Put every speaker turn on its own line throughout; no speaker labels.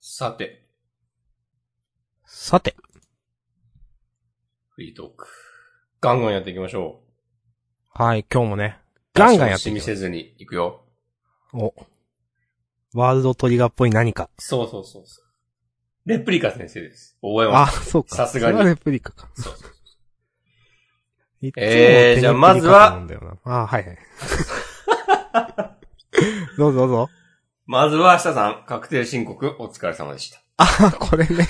さて、
さて、
フリートーク。ガンガンやっていきましょう。
はい、今日もね、ガンガンやってい
み
き
せずに行くよ。
お。ワールドトリガーっぽい何か。
そうそうそうそう。レプリカ先生です。覚え
あ
ます。、
そうか。
さすがに
それはレプリカか。
そうそう
いつも
えーじゃあまずは
レプリカなんだよな。あ、はいはい。どうぞどうぞ。
まずは、下さん、確定申告、お疲れ様でした。
あ、これ ね。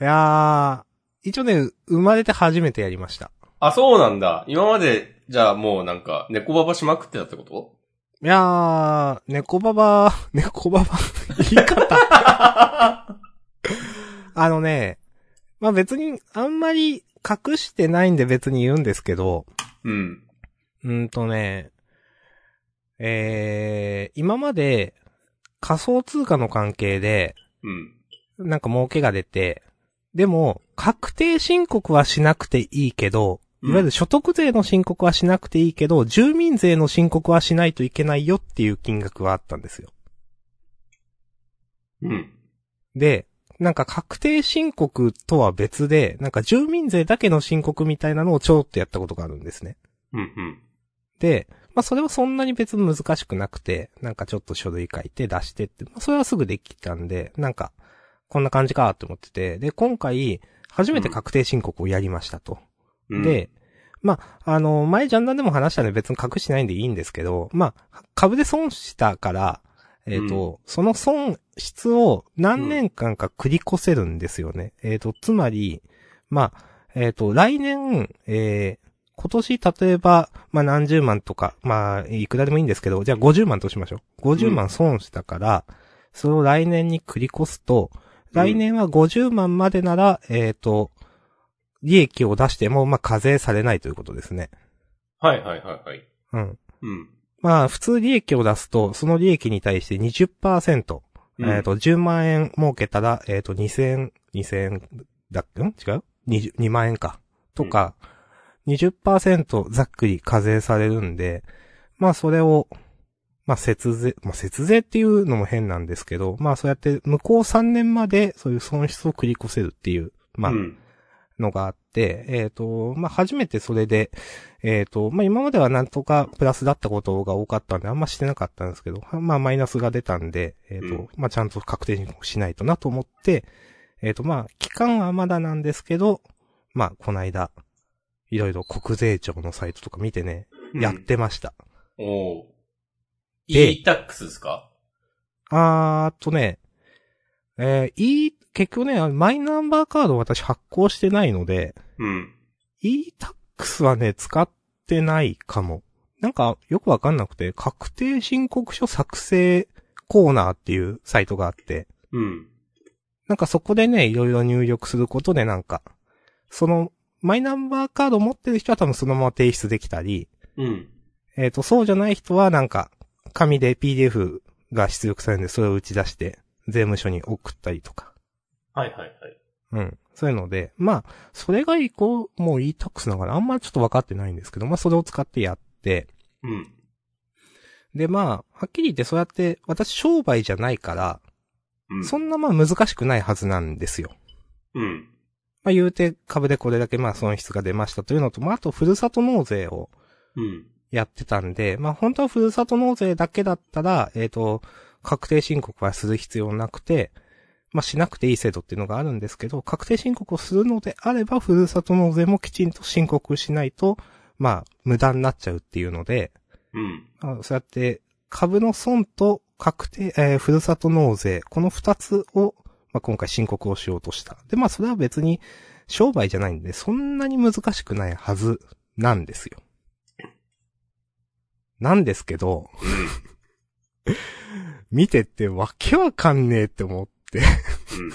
いやー、一応ね、生まれて初めてやりました。
あ、そうなんだ。今まで、じゃあもうなんか、猫ババしまくってたってこと
いやー、猫ババ、 猫ババ、言い方。 あのね、まあ別に、あんまり隠してないんで別に言うんですけど、
うん。
うんとね、えー、今まで仮想通貨の関係で、
うん。
なんか儲けが出て、でも、確定申告はしなくていいけど、いわゆる所得税の申告はしなくていいけど、住民税の申告はしないといけないよっていう金額はあったんですよ。
うん。
で、なんか確定申告とは別で、なんか住民税だけの申告みたいなのをちょろっとやったことがあるんですね。
うん、うん。
で、まあそれはそんなに別に難しくなくて、なんかちょっと書類書いて出してって、まあそれはすぐできたんで、なんか、こんな感じかって思ってて、で、今回、初めて確定申告をやりましたと。
うん、
で、まあ、あの、前ジャンダンでも話したんで別に隠してないんでいいんですけど、まあ、株で損したから、えっ、と、その損失を何年間か繰り越せるんですよね。えっ、と、つまり、まあ、えっ、と、来年、えー今年例えば、まあ、何十万とか、まあ、いくらでもいいんですけど、じゃあ50万としましょう。50万損したから、それを来年に繰り越すと、来年は50万までなら、えっ、と、利益を出しても、まあ、課税されないということですね。
はいはいはいはい。
うん。
うん。
まあ、普通利益を出すと、その利益に対して20%、
うん
えっ、、と、10万円儲けたら、えっ、と、2000、2000だっけん違う ?20、2万円か。とか、20%ざっくり課税されるんで、まあ、それを、まあ、節税、まあ、節税っていうのも変なんですけど、まあ、そうやって、向こう3年まで、そういう損失を繰り越せるっていう、まあ、
うん。
のがあって、えっ、と、まあ、初めてそれで、えっ、と、まあ、今まではなんとかプラスだったことが多かったんで、あんましてなかったんですけど、はまあ、マイナスが出たんで、えっ、と、
うん
まあ、ちゃんと確定申告しないとなと思って、えっ、と、まあ、期間はまだなんですけど、まあ、この間、いろいろ国税庁のサイトとか見てね、やってました。
うん。おー。
で
e-tax ですか
あーっとね、えー、いい、結局ね、あのマイナンバーカードを私発行してないので、
うん。
e-tax はね、使ってないかも。なんか、よくわかんなくて、確定申告書作成コーナーっていうサイトがあって、
うん。
なんかそこでね、いろいろ入力することでなんか、その、マイナンバーカード持ってる人は多分そのまま提出できたり、
うん。
えっ、と、そうじゃない人はなんか、紙で PDF が出力されるんで、それを打ち出して、税務署に送ったりとか。
はいはいはい。
うん。そういうので、まあ、それが以降、もう e-tax ながらあんまちょっと分かってないんですけど、まあそれを使ってやって、
うん。
でまあ、はっきり言ってそうやって、私商売じゃないから、
うん。
そんなまあ難しくないはずなんですよ。
うん。
まあ言うて株でこれだけまあ損失が出ましたというのと、まああとふるさと納税を
うん。
やってたんで、まあ本当はふるさと納税だけだったら、えっ、と、確定申告はする必要なくて、まあしなくていい制度っていうのがあるんですけど、確定申告をするのであれば、ふるさと納税もきちんと申告しないと、まあ無駄になっちゃうっていうので、
うん。
あそうやって、株の損と確定、えーふるさと納税、この二つを、まあ、今回申告をしようとした。で、まあ、それは別に商売じゃないんで、そんなに難しくないはずなんですよ。なんですけど、 見てってわけわかんねえって思って、
うん。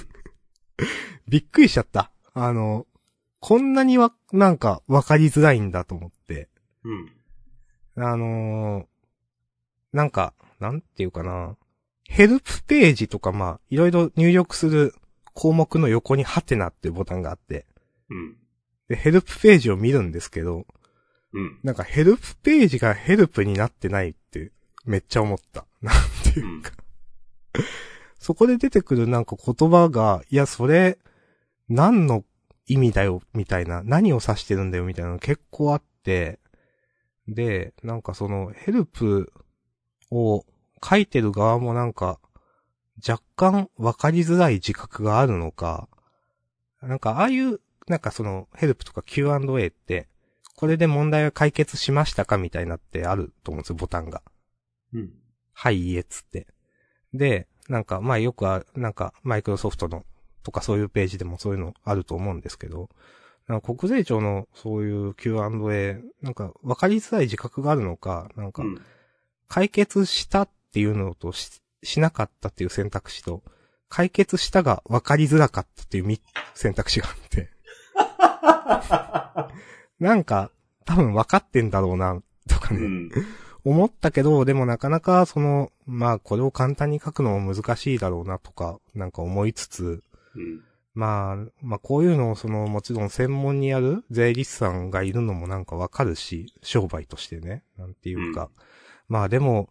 びっくりしちゃった。あの、こんなにわ、なんかわかりづらいんだと思って。
うん。
あのーなんか、なんていうかな。ヘルプページとか、まあ、いろいろ入力する項目の横にハテナっていうボタンがあって、
うん。
で、ヘルプページを見るんですけど、
うん。
なんかヘルプページがヘルプになってないって、めっちゃ思った。なんていうか、そこで出てくるなんか言葉が、いや、それ、何の意味だよ、みたいな、何を指してるんだよ、みたいなの結構あって、で、なんかその、ヘルプを書いてる側もなんか、若干分かりづらい自覚があるのか、なんかああいう、なんかその、ヘルプとか Q&A って、これで問題は解決しましたかみたいなってあると思うんですよ、ボタンが。
うん。
はい、いいえ、つって。で、なんか、まあよくあ、なんか、マイクロソフトの、とかそういうページでもそういうのあると思うんですけど、なんか国税庁のそういう Q&A、なんか分かりづらい自覚があるのか、なんか
う、ん。
解決したっていうのとし、しなかったっていう選択肢と、解決したが分かりづらかったっていうみ選択肢があって。なんか、多分分かってんだろうな、とか
う
ね。
ん。
思ったけど、でもなかなかその、まあこれを簡単に書くのも難しいだろうなとか、なんか思いつつ、
うん。
まあ、まあこういうのをその、もちろん専門にやる税理士さんがいるのもなんかわかるし、商売としてね、なんていうか。まあでも、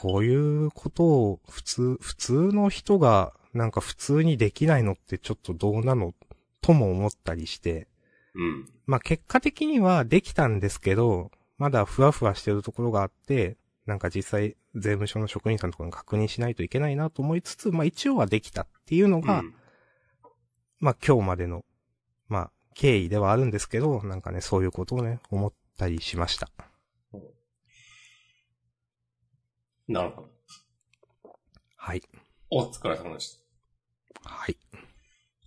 こういうことを普通、普通の人がなんか普通にできないのってちょっとどうなのとも思ったりして、
うん。
まあ、結果的にはできたんですけど、まだふわふわしてるところがあって、なんか実際税務署の職員さんとかに確認しないといけないなと思いつつ、まあ一応はできたっていうの
う
が、
ん
まあ今日までの、まあ経緯ではあるんですけど、なんかね、そういうことをね、思ったりしました。
なるほど。
はい。
お疲れ様でした。
はい。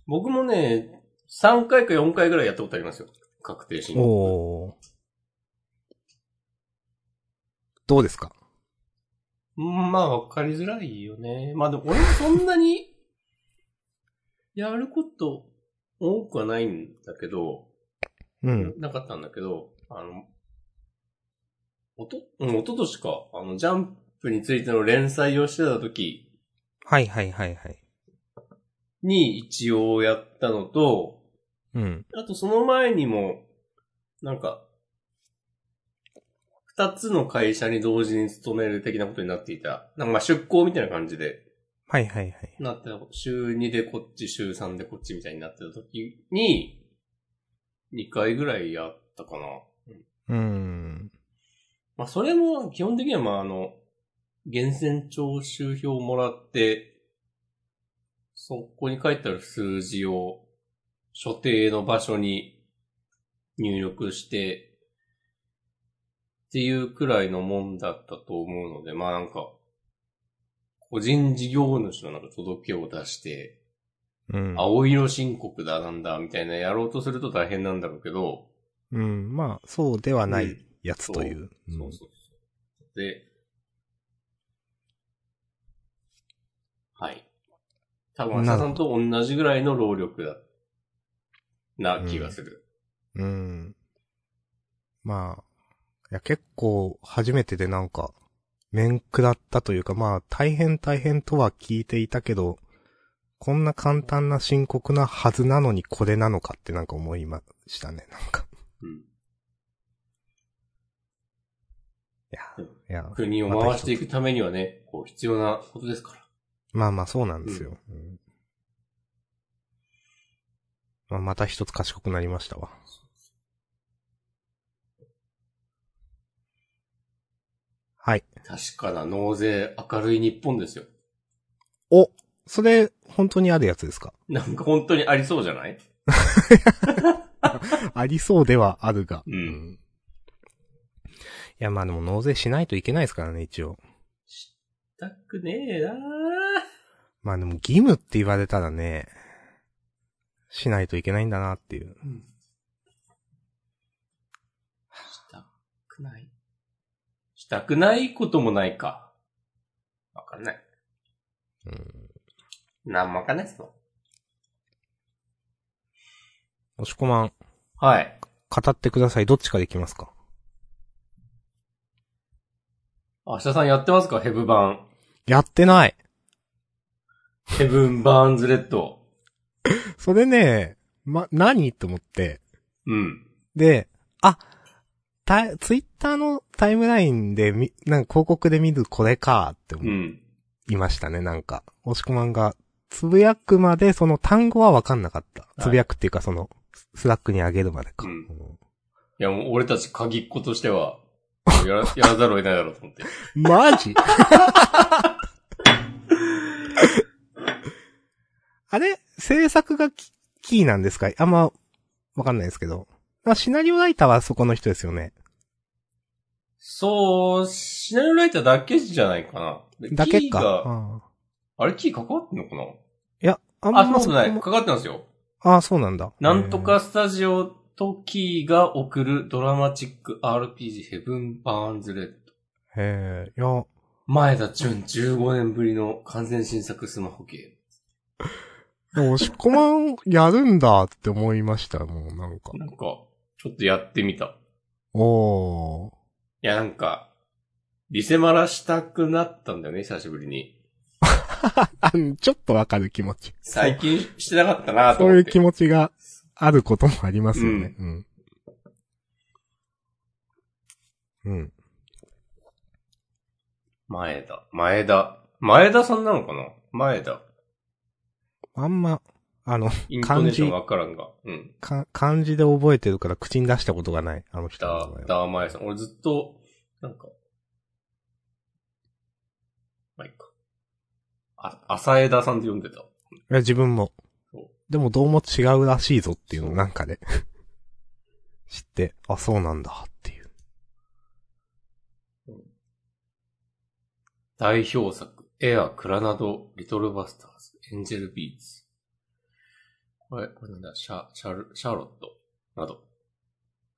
僕もね、3回か4回ぐらいやったことありますよ。確定申告。
おー。どうですか
うんまあ、わかりづらいよね。まあでも、俺もそんなに、やること多くはないんだけど、
うん。
なかったんだけど、あの、おと、うん、おととしか、あの、ジャンプについての連載をしてた時
はいはいはいはい。
に一応やったのと、
うん。
あとその前にも、なんか、二つの会社に同時に勤める的なことになっていた。なんかまあ出向みたいな感じで、
はいはいはい。
なってた、週2でこっち、週3でこっちみたいになってた時に、2回ぐらいやったかな。うん
うん。
まあ、それも基本的には、まあ、あの、源泉徴収票をもらって、そこに書いてある数字を所定の場所に入力して、っていうくらいのもんだったと思うので、まあなんか、個人事業主のなんか届けを出して、
うん。
青色申告だなんだみたいなやろうとすると大変なんだろうけど、
うん。まあ、そうではな
う
い
ん
やつという。うん
そうそうそう。で、はい。多分、浅田さんと同じぐらいの労力だ。な気がする。
うん。まあ、いや結構初めてでなんか、面食らったというか、まあ大変大変とは聞いていたけど、こんな簡単な深刻なはずなのにこれなのかってなんか思いましたね、なんか。
うん
いや
うん、
いや、
国を回していくためにはね、こう必要なことですから。
まあまあそうなんですよ。うんまあ、また一つ賢くなりましたわ。はい。
確かな納税明るい日本ですよ。
おそれ、本当にあるやつですか
なんか本当にありそうじゃない
ありそうではあるが。
うん
いや、まあでも納税しないといけないですからね、一応。
したくねえなー
まあでも義務って言われたらね、しないといけないんだなっていう。
したくない。したくないこともないか。わかんない。
うん。
なんもわかんないっすよ。
押し込まん、
はい。
語ってください。どっちからいきますか
明日さんやってますかヘブ版。
やってない
ヘブン・バーンズ・レッド。
それね、ま、何と思って。
うん。
で、あ、た、ツイッターのタイムラインでみ、なんか広告で見るこれかって
う
思っ
ん。
いましたね、なんか。押し込まんが、つぶやくまでその単語はわかんなかった。
い
つぶやくっていうかその、ススラックに上げるまでか。
うん
うん
いや、もう俺たち鍵っ子としては、やら、 やらざるを得ないだろうと思って。
マジ あれ制作がキキーなんですかあんま、わかんないですけど。あシナリオライターはそこの人ですよね。
そう、シナリオライターだけじゃないかな。で
だけ
キー
か。
が
ああ
あれ、キー関わってんのかない
や、あん
あ、そんな
ま
こ
そ
と
こ
ない。
も
関わってますよ。
ああ、そうなんだ。
なんとかスタジオとキーが送るドラマチック RPG ヘブンバーンズレッド。
へえ。へえ、いや、
前田純15年ぶりの完全新作スマホゲ
でも押し込まんやるんだって思いました、もうなんか
ーム。。なんか、ちょっとやってみた。
おー。
いや、なんか、リセマラしたくなったんだよね、久しぶりに。
あちょっとわかる気持ち。
最近してなかったなと
そう
思
い
っ
う
て。
気持ちがあることもありますよね。うん。うん。
前田、前田。前田さんなのかな前田。
あんま、あの、
イントネーションがわからんが。うん。
か漢字で覚えてるから口に出したことがない、あの人
ダ
の名
ー、
前は。
ダーマエさん。俺ずっと、なんか、まあ、いいか。あ、浅枝さんで読んでた。
いや、自分も
そう。
でもどうも違うらしいぞっていうのをなんかで、 知って、あ、そうなんだっていう。
代表作、エア、クラナド、リトルバスターズ、エンジェルビーツ。これ、これなんだ、シャ、シャル、シャーロット、など。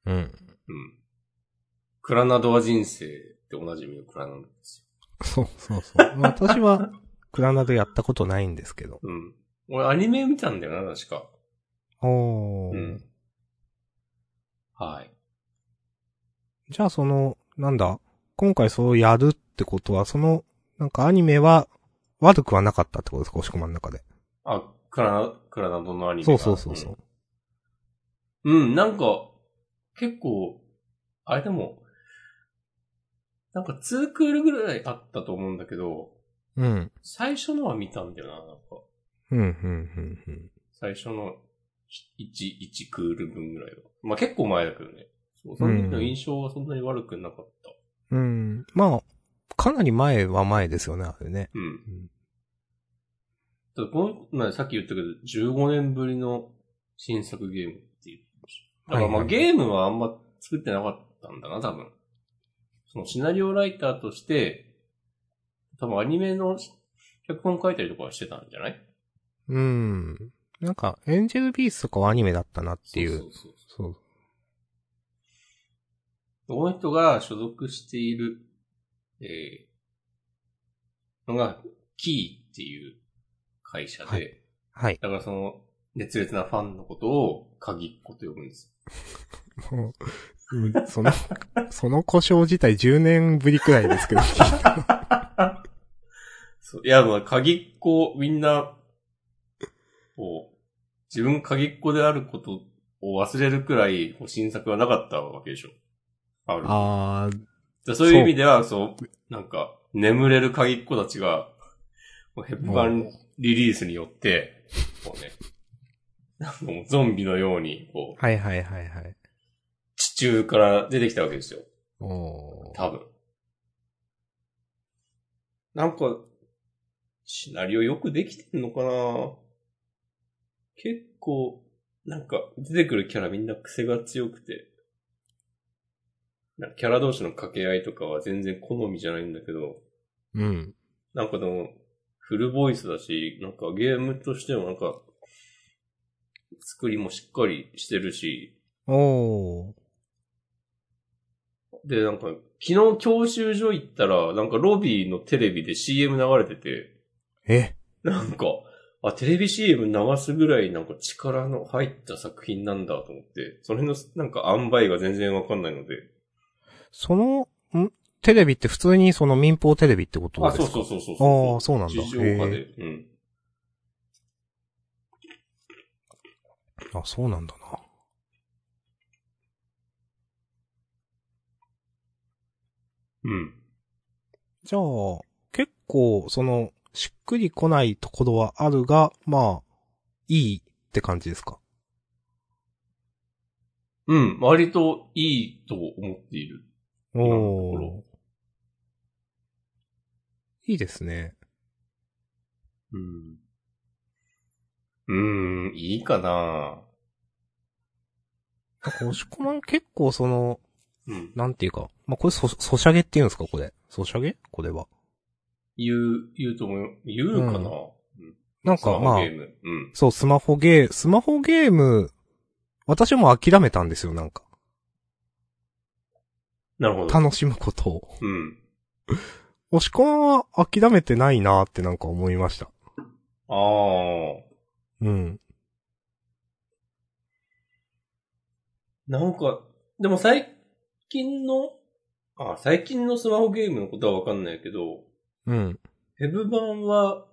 うん。
うん。クラナドは人生っておなじみのクラナドです
そうそうそう。まあ私は、クラナドやったことないんですけど。
よ。うん。俺アニメ見たんだよな、確か。
おー。
うん。はい。
じゃあその、なんだ、今回そうやるってことは、その、なんかアニメは悪くはなかったってことですか、押し込まんの中で。
あ、クラナ、クラナドのアニメ
そう
が
そうそうそう。
うん、なんか、結構、あれでも、なんか2クールぐらいあったと思うんだけど、
うん。
最初のは見たんだよな、なんか。
うん、うん、うん、
最初の1、1クール分ぐらいは。まあ結構前だけどね。そう、その時の印象はそんなに悪くなかった。
うん。うん。まあ、かなり前は前ですよね、あれね。
うん
うん。
ただこの、まあさっき言ったけど、15年ぶりの新作ゲームっていう。だからま
はい
あ
はい
ゲームはあんま作ってなかったんだな、多分。そのシナリオライターとして、多分アニメの脚本書いたりとかはしてたんじゃないっ
うん。なんか、エンジェルビースとかはアニメだったなっていう。
そうそう
そう
そうこの人が所属している、えー、のが、キーっていう会社で、
はいはい。
だからその、熱烈なファンのことを、鍵っ子と呼ぶんですよ
もう、うんその、 その故障自体10年ぶりくらいですけど。
そういや、まあ、鍵っ子、みんな、こう、自分鍵っ子であることを忘れるくらい、こう新作はなかったわけでしょ。ある。
あー、
でそういう意味では、そう、なんか、眠れる鍵っ子たちが、もうヘッバンリリースによって、こうね、なんかもうゾンビのように、こう、
はいはいはいはい。
地中から出てきたわけですよ。
おー。
多分。なんか、シナリオよくできてんのかな結構、なんか、出てくるキャラみんな癖が強くて、なんかキャラ同士の掛け合いとかは全然好みじゃないんだけど、
うん。
なんかでも、フルボイスだし、なんかゲームとしてもなんか、作りもしっかりしてるし、
おー。
で、なんか、昨日教習所行ったら、なんかロビーのテレビで CM 流れてて、
え、
なんか、あ、テレビ CM 流すぐらいなんか力の入った作品なんだと思って、その辺のなんか塩梅が全然わかんないので。
その、んテレビって普通にその民放テレビってこと
あ、
ですか
そうそうそうそう
あーそうなんだ
地上波で。うん。
あ、そうなんだな。
うん。
じゃあ、結構、その、しっくりこないところはあるが、まあ、いいって感じですか。
うん、割といいと思っている。今のとこ
お
ろ
ー。いいですね。
うん。うーん、いいかな
なんか押し込まん結構その、
うん。
なんていうか、まあ、これ、そ、そしゃげって言うんですかこれ。そしゃげこれは。
言う、言うと思う。言うかな、うん、
なん
スマ
か、ま
ホ
あ
ゲ、ーム。うん。
そう、スマホゲー、スマホゲーム、私も諦めたんですよ、なんか。
なるほど。
楽しむことを。
うん。
押し込まんは諦めてないなーってなんか思いました。
ああ。
うん。
なんか、でも最近の、あ、最近のスマホゲームのことはわかんないけど、
うん。
ヘブ版は、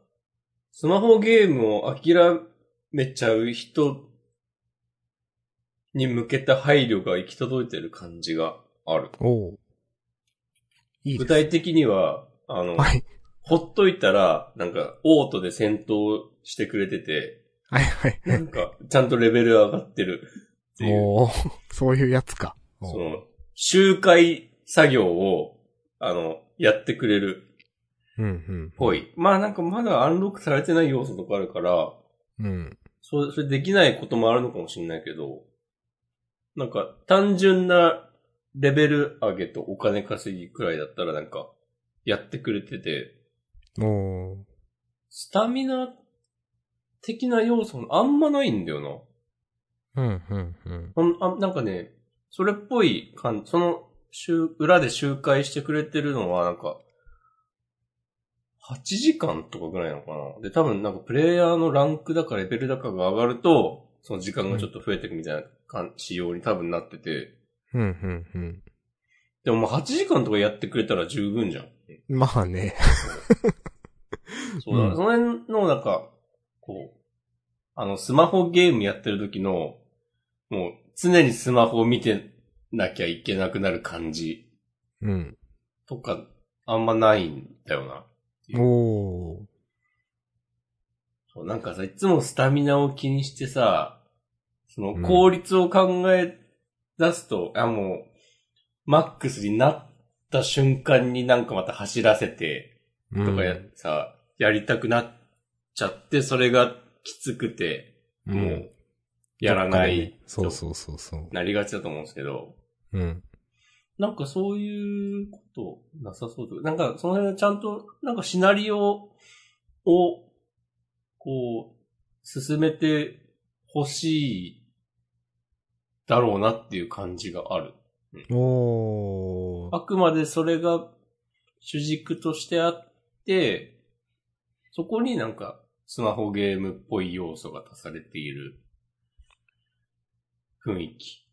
スマホゲームを諦めちゃう人に向けた配慮が行き届いてる感じがある。
おういい
具
です。
体的には、あの、
はい。
ほっといたら、なんか、オートで戦闘してくれてて、
はいはい。
なんか、ちゃんとレベル上がってるっていう、
おーそういうやつか。
その、周回作業を、あの、やってくれる
うん
っぽい。まあなんかまだアンロックされてない要素とかあるから、
うん。うん。
そそれできないこともあるのかもしれないけど、なんか単純なレベル上げとお金稼ぎくらいだったらなんかやってくれてて、
おー
スタミナ的な要素あんまないんだよな。
うんうんうん。
ほんあなんかね、それっぽい感その周裏で周回してくれてるのはなんか、8時間とかぐらいなのかな。で、多分なんかプレイヤーのランクだかレベルだかが上がると、その時間がちょっと増えていくみたいな感仕様に多分なってて。
うんうんうん。
でもまあ8時間とかやってくれたら十分じゃん。
まあね。
そうだ、
うん
その辺のなんか、こう、あの、スマホゲームやってる時の、もう常にスマホを見てなきゃいけなくなる感じ
うん。
とか、あんまないんだよな。
おー
そうなんかさ、いつもスタミナを気にしてさ、その効率を考え出すと、あ、もう、マックスになった瞬間になんかまた走らせて、
う
と
ん
かや、さ、やりたくなっちゃって、それがきつくて、
うん
もう、やらな
どっかで
い
ね、そうそうそうそう。
なりがちだと思うんですけど、
うん。
なんかそういうことなさそうというかなんかその辺ちゃんと、なんかシナリオを、こう、進めてほしいだろうなっていう感じがある。
おー
あくまでそれが主軸としてあって、そこになんかスマホゲームっぽい要素が足されている雰囲気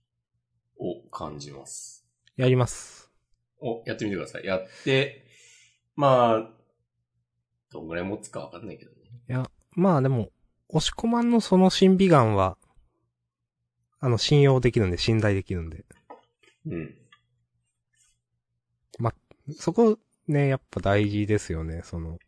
を感じます。
やります。
をやってみてください。やって、まあ、どんぐらい持つかわかんないけどね。
まあでも、押し込まんのその審美眼は、あの、信用できるんで、信頼できるんで。
うん。
そこ、ね、やっぱ大事ですよね、その。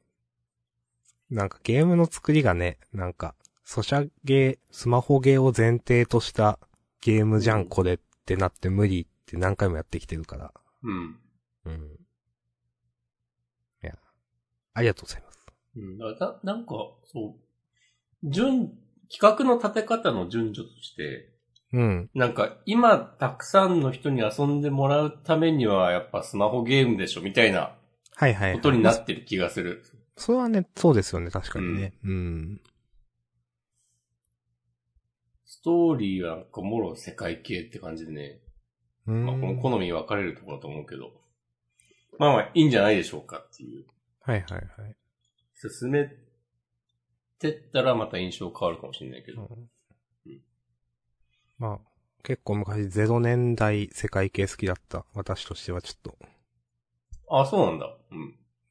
なんかゲームの作りがね、なんか、ソシャゲー、スマホゲーを前提としたゲームじゃ
うん
ん、これってなって無理って何回もやってきてるから。
うん。
うん。いや、ありがとうございます。
うん、だからななんか、そう、順、企画の立て方の順序として、
うん。
なんか今たくさんの人に遊んでもらうためにはやっぱスマホゲームでしょみたいな
はいはい、はい。
ことになってる気がする。
それはね、そうですよね、確かにね。うん。
ストーリーはなんかもろ世界系って感じでね、
うん。
まあこの好み分かれるところだと思うけど、まあまあいいんじゃないでしょうかっていう。
はいはいはい。
進めてったらまた印象変わるかもしれないけ
う
ど。
んまあ、結構昔0年代世界系好きだった私としてはちょっと、
あ、そうなんだ。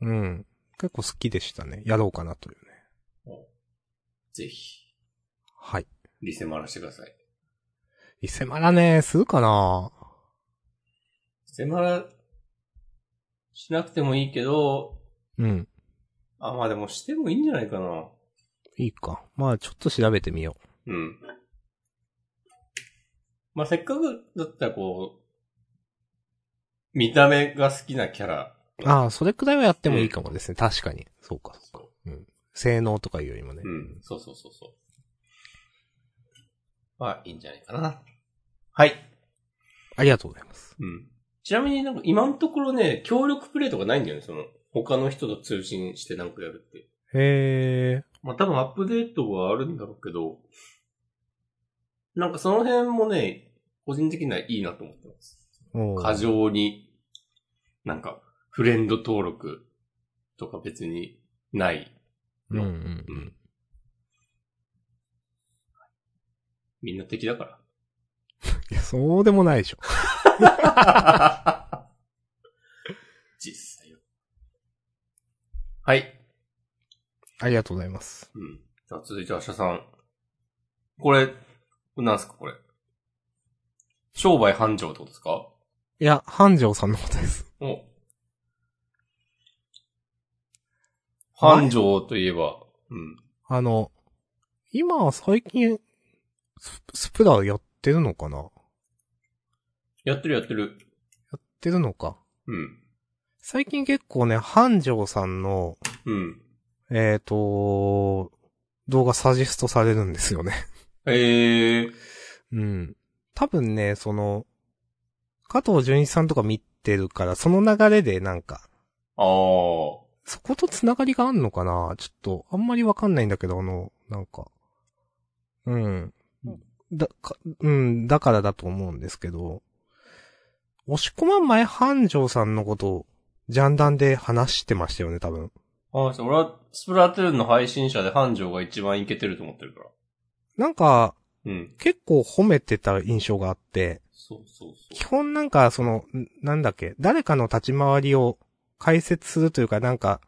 うん。
うん。結構好きでしたね。やろうかなというね。
ぜひ、
はい。
リセマラしてください。
伊勢マラね、するかな
リセマラしなくてもいいけど、
うん。
あ、まあでもしてもいいんじゃないかな。
いいか。まあ、ちょっと調べてみよ
うん。まあせっかくだったらこう、見た目が好きなキャラ。
う。ああ、それくらいはやってもいいかもですね。確かに。そうか、そうか。うん。性能とかいうよりもね。
うん、そうそうそうそう。まあいいんじゃないかな。はい。
ありがとうございます。
うん。ちなみになんか今のところね、協力プレイとかないんだよね、その、他の人と通信してなんかやるって。
へえ。
まあ多分アップデートはあるんだろうけど、なんかその辺もね、個人的にはいいなと思ってます。
おう
過剰に、なんか、フレンド登録とか別にない。
うんう
う。
ん
ん。みんな敵だから。
いや、そうでもないでしょ。
実際は。はい。
ありがとうございます。
うん。じゃあ続いて明日さん。これ、なんすかこれ。商売繁盛ってことですか
いや、繁盛さんのことです。
お。繁盛といえば、うん。
あの、今は最近、ススプラやってるのかなやっ
やってるやってる。
てるのか。
うん。
最近結構ね、繁盛さんの、
うん。
えっ、と、動画サジェストされるんですよね。
ええー。
うん。多分ね、その、加藤純一さんとか見てるから、その流れでなんか、
あー。
そことつながりがあんのかなちょっと、あんまりわかんないんだけど、あの、なんか。うん。だ、か、うん、だからだと思うんですけど、押し込まん前繁盛さんのことを、ジャンダンで話してましたよね、多分。
あー俺は、スプラトゥーンの配信者で繁盛が一番いけてると思ってるから。
なんか、
うん。
結構褒めてた印象があって、
そうそう
基
そ
本なんか、その、んなんだっけ、誰かの立ち回りを解説するというか、なんか、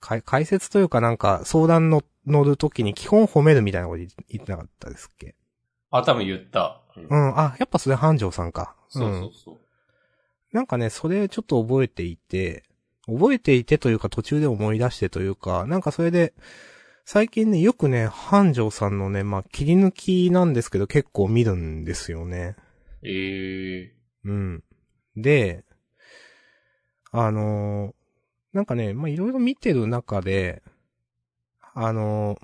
か解説というかなんか、相談の乗るときに基本褒めるみたいなこと言言ってなかったですっけ
う。あ、多分言った。うん
うん、あ、やっぱそれ繁盛さんか。
そう
う。
そうんそう。
なんかね、それちょっと覚えていて、覚えていてというか途中で思い出してというか、なんかそれで、最近ね、よくね、繁盛さんのね、まあ、切り抜きなんですけど結構見るんですよね。
ええ
うん。で、あのーなんかね、まあ、いろいろ見てる中で、あの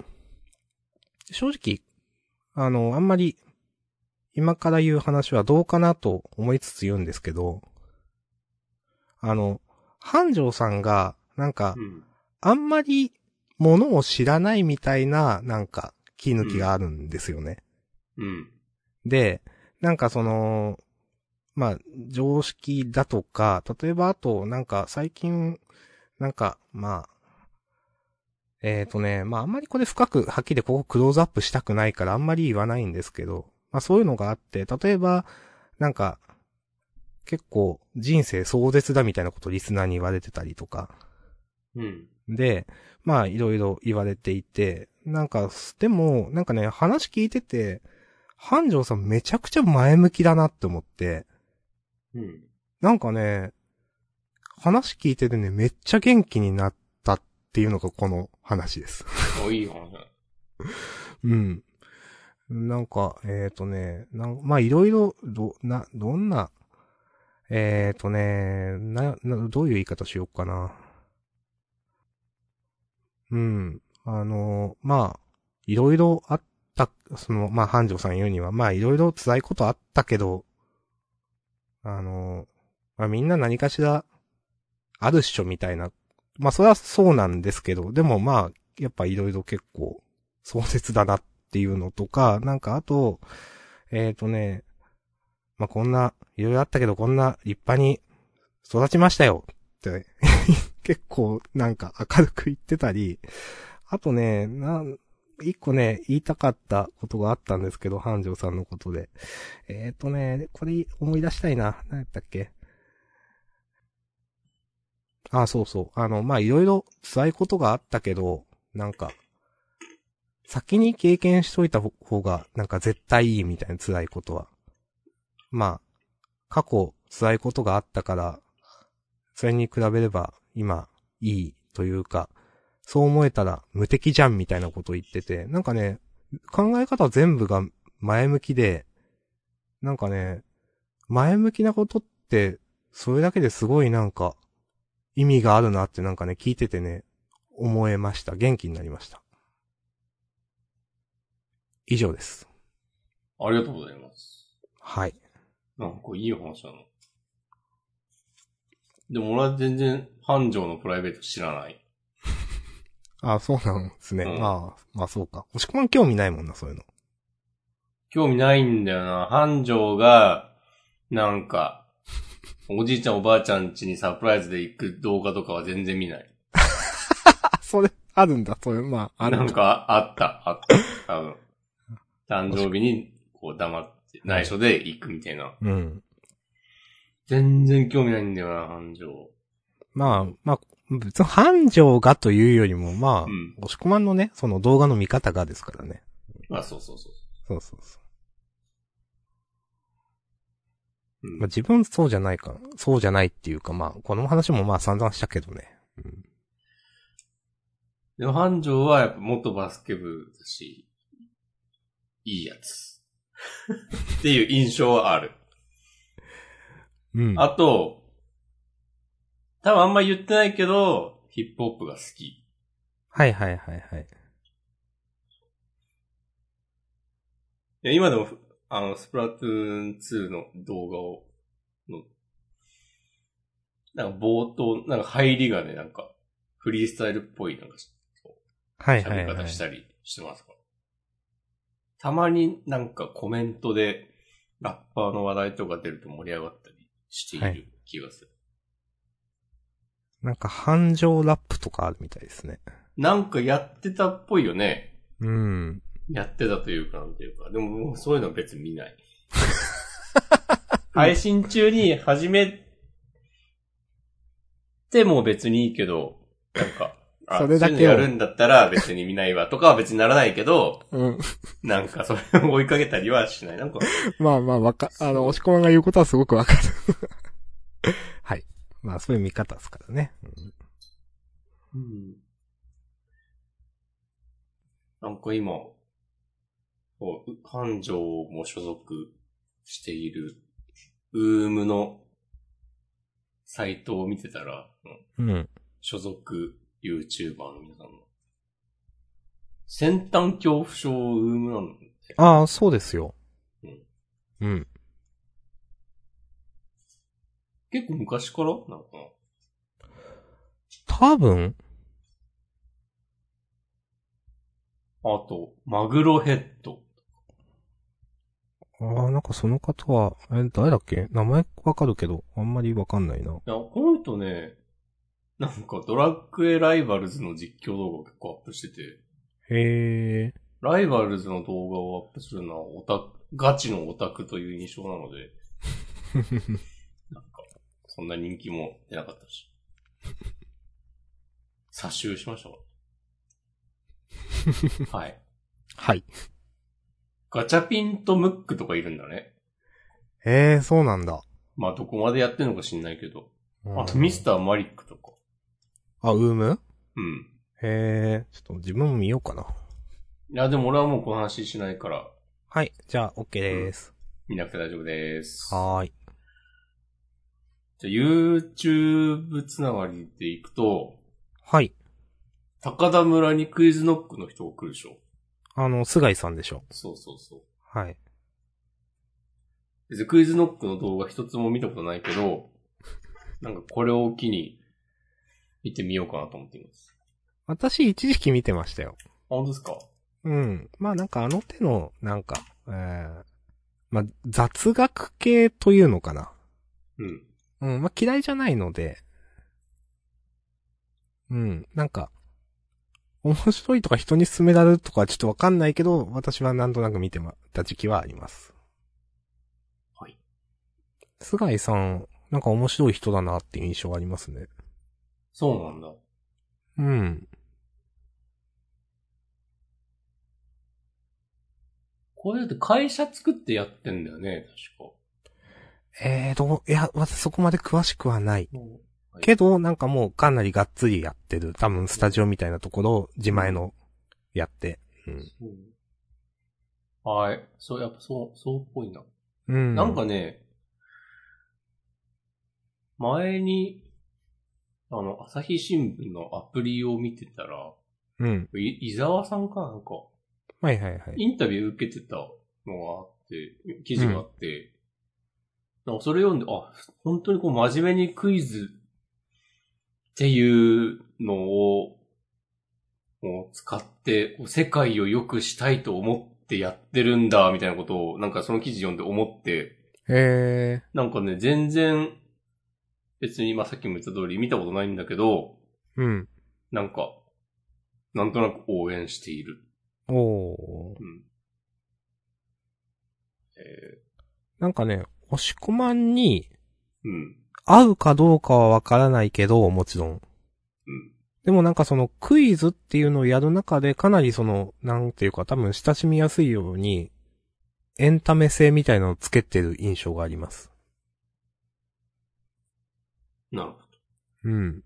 ー正直、あのあんまり、今から言う話はどうかなと思いつつ言うんですけど、あの、繁盛さんが、なんか
ー。う、ん。
あんまり、ものを知らないみたいな、なんか、気抜きがあるんですよね。
うん。
で、なんかその、まあ、常識だとか、例えばあと、なんか最近、なんか、まあ、えっ、とね、まああんまりこれ深く、はっきりここクローズアップしたくないからあんまり言わないんですけど、まあそういうのがあって、例えば、なんか、結構人生壮絶だみたいなことをリスナーに言われてたりとか、
うん。
で、まあ、いろいろ言われていて、なんか、でも、なんかね、話聞いてて、繁盛さんめちゃくちゃ前向きだなって思って、
うん。
なんかね、話聞いててね、めっちゃ元気になったっていうのがこの話です。
お、いい話だ。
うん。なんか、えっ、とね、なんまあ、いろいろ、ど、な、どんな、えっ、とね、な、な、どういう言い方しようかな。うん。あの、まあ、いろいろあった、その、まあ、繁盛さん言うには、まあ、いろいろ辛いことあったけど、あの、まあ、みんな何かしら、あるっしょみたいな。まあ、それはそうなんですけど、でもまあ、やっぱいろいろ結構、壮絶だなっていうのとか、なんかあと、えっ、とね、まあ、こんな、いろいろあったけど、こんな立派に育ちましたよって、 結構なんか明るく言ってたり、あとね、なん、一個ね、言いたかったことがあったんですけど、繁盛さんのことで。えっ、とね、これ思い出したいな。何やったっけあ、そうそう。あの、まあ、いろいろ辛いことがあったけど、なんか、先に経験しといた方が、なんか絶対いいみたいな辛いことは。まあ、過去辛いことがあったから、それに比べれば今いいというか、そう思えたら無敵じゃんみたいなことを言ってて、なんかね、考え方全部が前向きで、なんかね、前向きなことって、それだけですごいなんか、意味があるなってなんかね、聞いててね、思えました。元気になりました。以上です。
ありがとうございます。
はい。
なんかいい話なの。でも俺は全然繁盛のプライベート知らない。
あそうなんですね。
うん
ああ、まあそうか。押し込まん興味ないもんな、そういうの。
興味ないんだよな。繁盛が、なんか、おじいちゃんおばあちゃん家にサプライズで行く動画とかは全然見ない。
あ、それ、あるんだ、そういう、まあ、あ
なん。かあった、あった。多分。誕生日に、こう黙って、内緒で行くみたいな。
うん。
全然興味ないんだよな、繁盛。
まあ、まあ、別に繁盛がというよりも、まあ、
うん。
押し込まんのね、その動画の見方がですからね。
まあそうそうそう。
そうそうそう。
うん
まあ自分そうじゃないか、そうじゃないっていうか、まあ、この話もまあ散々したけどね。うん。
でも繁盛はやっぱ元バスケ部だし、いいや つ。っていう印象はある。
うん。
あと、多分あんま言ってないけど、ヒップホップが好き。
はいはいはいはい。
いや、今でも、あの、スプラトゥーン2の動画を、の、なんか冒頭、なんか入りがね、なんか、フリースタイルっぽい、なんか、
はいは
喋り
い、は
方
い
し。たりしてますか、たまになんかコメントでラッパーの話題とか出ると盛り上がったりしてい
は
る
い
気がする。
なんか繁盛ラップとかあるみたいですね。
なんかやってたっぽいよね。
うん。
やってたというか、なんていうか。でももうそういうのは別に見 ない。配信中に始めても別にいいけど、なんか、あ
それだけを
そういうのやるんだったら別に見ないわとかは別にならないけど、
うん。
なんかそれを追いかけたりはしない。なんか、
まあまあわか、あの、押し込まんが言うことはすごくわかる。 はい。まあそういう見方ですからね。うん
うんなんか今、こう繁盛も所属している、ウームのサイトを見てたら、うん
うん。
所属 YouTuber の皆さんの、先端恐怖症ウームなので、
ああ、そうですよ。うん。
結構昔からなんか、
多分、
あと、マグロヘッド。
ああ、なんかその方は、え、誰だっけ名前わかるけど、あんまりわかんないな。
いや、この人ね、なんかドラクエライバルズの実況動画結構アップしてて、
へえ。
ライバルズの動画をアップするのはオタク、ガチのオタクという印象なの で、なんか、そんな人気も出なかったし。殺臭しま したわはい。
はい。
ガチャピンとムックとかいるんだね。
へえ、そうなんだ。
まあ、どこまでやってんのか知んないけど。あと、
うん
ミスターマリックとか。
あ、ウーム
うん。
へえ、ちょっと自分も見ようかな。
いや、でも俺はもうこの話しないから、
はい、じゃあ、OK です。
見なくて大丈夫です。
はーい。
じゃあ、YouTube つながりでいくと、
はい。
高田村にクイズノックの人が来るでしょ。
あの、菅井さんでしょ。
そうそうそう。
はい。
別にクイズノックの動画一つも見たことないけ ど、なんかこれを機に見てみようかなと思っています。
私、一時期見てましたよ。
あ本当ですか
うん。まあ、なんかあの手の、なんか、えー、まあ、雑学系というのかな。
うん。
うん、まあ、嫌いじゃないので、うん、なんか、面白いとか人に勧められるとかはちょっとわかんないけど、私はなんとなく見てまた時期はあります。
はい。
菅井さん、なんか面白い人だなって印象ありますね。
そうなんだ。
うん。
これだって会社作ってやってんだよね、確か。
えーと、いや、私そこまで詳しくはない。
もはい
けど、なんかもうかなりがっつりやってる。多分スタジオみたいなところを自前のやって。うん。
うんはい。そう、やっぱそう、そうっぽいな。
うん。
なんかね、前に、あの、朝日新聞のアプリを見てたら、
うん。
い伊沢さんかなんか、
はいはいはい。
インタビュー受けてたのがあって、記事があって、なんかそれ読んで、あ、本当にこう真面目にクイズっていうのを、もう使って、こう世界を良くしたいと思ってやってるんだ、みたいなことを、なんかその記事読んで思って、
え
なんかね、全然、別に、まあ、さっきも言った通り見たことないんだけど、
ー。うん。
なんか、なんとなく応援している。
おー。
うん。え
なんかね、押し込まんに、
ー、うん。
合うかどうかはわからないけど、もちろん。
うん
でもなんかそのクイズっていうのをやる中でかなりその、なんていうか多分親しみやすいように、エンタメ性みたいのをつけてる印象があります。
なるほど。
うん。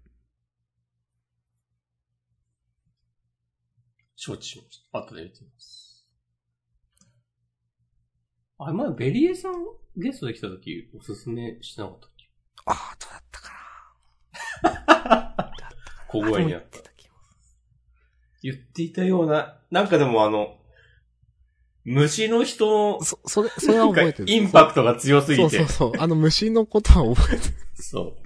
承知しました。後で見てみます。あ、前、ベリエさんゲストで来た時おすすめしなかったっけ
ああ、どうだったか
小
な。
声になっ
あ
た
でも言。ってた気も
言っていたような、なんかでもあの、虫の人の、
そ、 それ、それは覚えてる。
インパクトが強すぎて。
そうそうそう。あの虫のことは覚えてる。
そ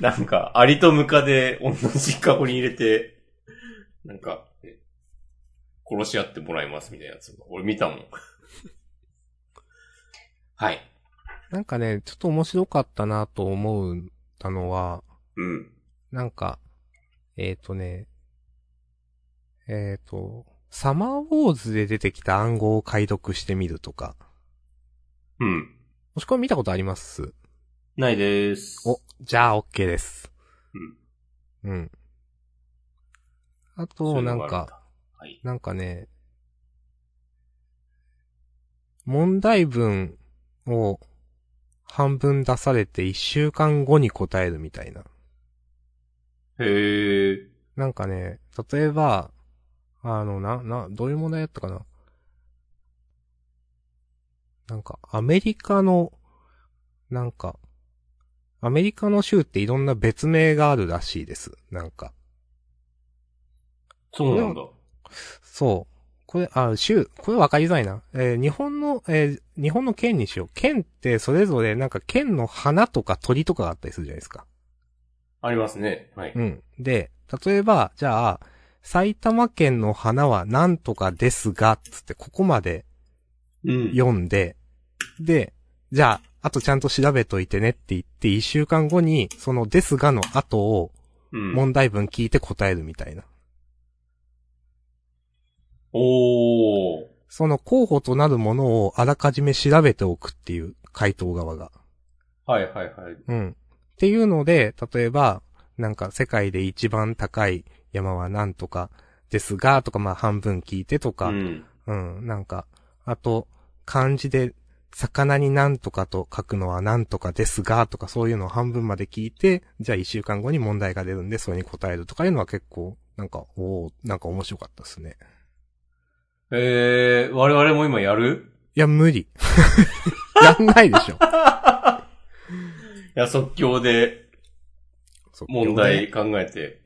う。なんか、アリとムカで同じカゴに入れて、なんか、ね殺し合ってもらいますみたいなやつ。俺見たもん。 はい。
なんかね、ちょっと面白かったなと思うたのは、
うん。
なんか、えっ、とね、えっ、と、サマーウォーズで出てきた暗号を解読してみるとか。
うん。
もしくは見たことあります
ないです。
お、じゃあ OK です。うん。うん。あ
そうい
と、
う
な
の
ん
がある
か、。
はい。
なんかね、問題文を半分出されて一週間後に答えるみたいな。
へえ。
なんかね、例えば、あの、な、な、どういう問題やったかな。なんか、アメリカの、なんか、アメリカの州っていろんな別名があるらしいです。なんか。
そうなんだ。
そう。これ、あ、州、これ分かりづらいな。えー日本の、えー日本の県にしよう。県ってそれぞれなんか県の花とか鳥とかがあったりするじゃないですか。
ありますね。はい。
うん。で、例えば、じゃあ、埼玉県の花はなんとかですが、つってここまで
うん
読んで、で、じゃあ、あとちゃんと調べといてねって言って、一週間後に、そのですがの後を
うん。
問題文聞いて答えるみたいな。
おー。
その候補となるものをあらかじめ調べておくっていう、回答側が。
はいはいはい。
うん。っていうので、例えば、なんか世界で一番高い山はなんとかですが、とかまあ半分聞いてとか、
うん。
うん、なんか、あと、漢字で、魚になんとかと書くのはなんとかですが、とかそういうのを半分まで聞いて、じゃあ一週間後に問題が出るんで、それに答えるとかいうのは結構、なんか、おーなんか面白かったですね。
えー、我々も今やる
いや、無 理。やんないでしょ。
いや、即興で
そう
問。題考えて。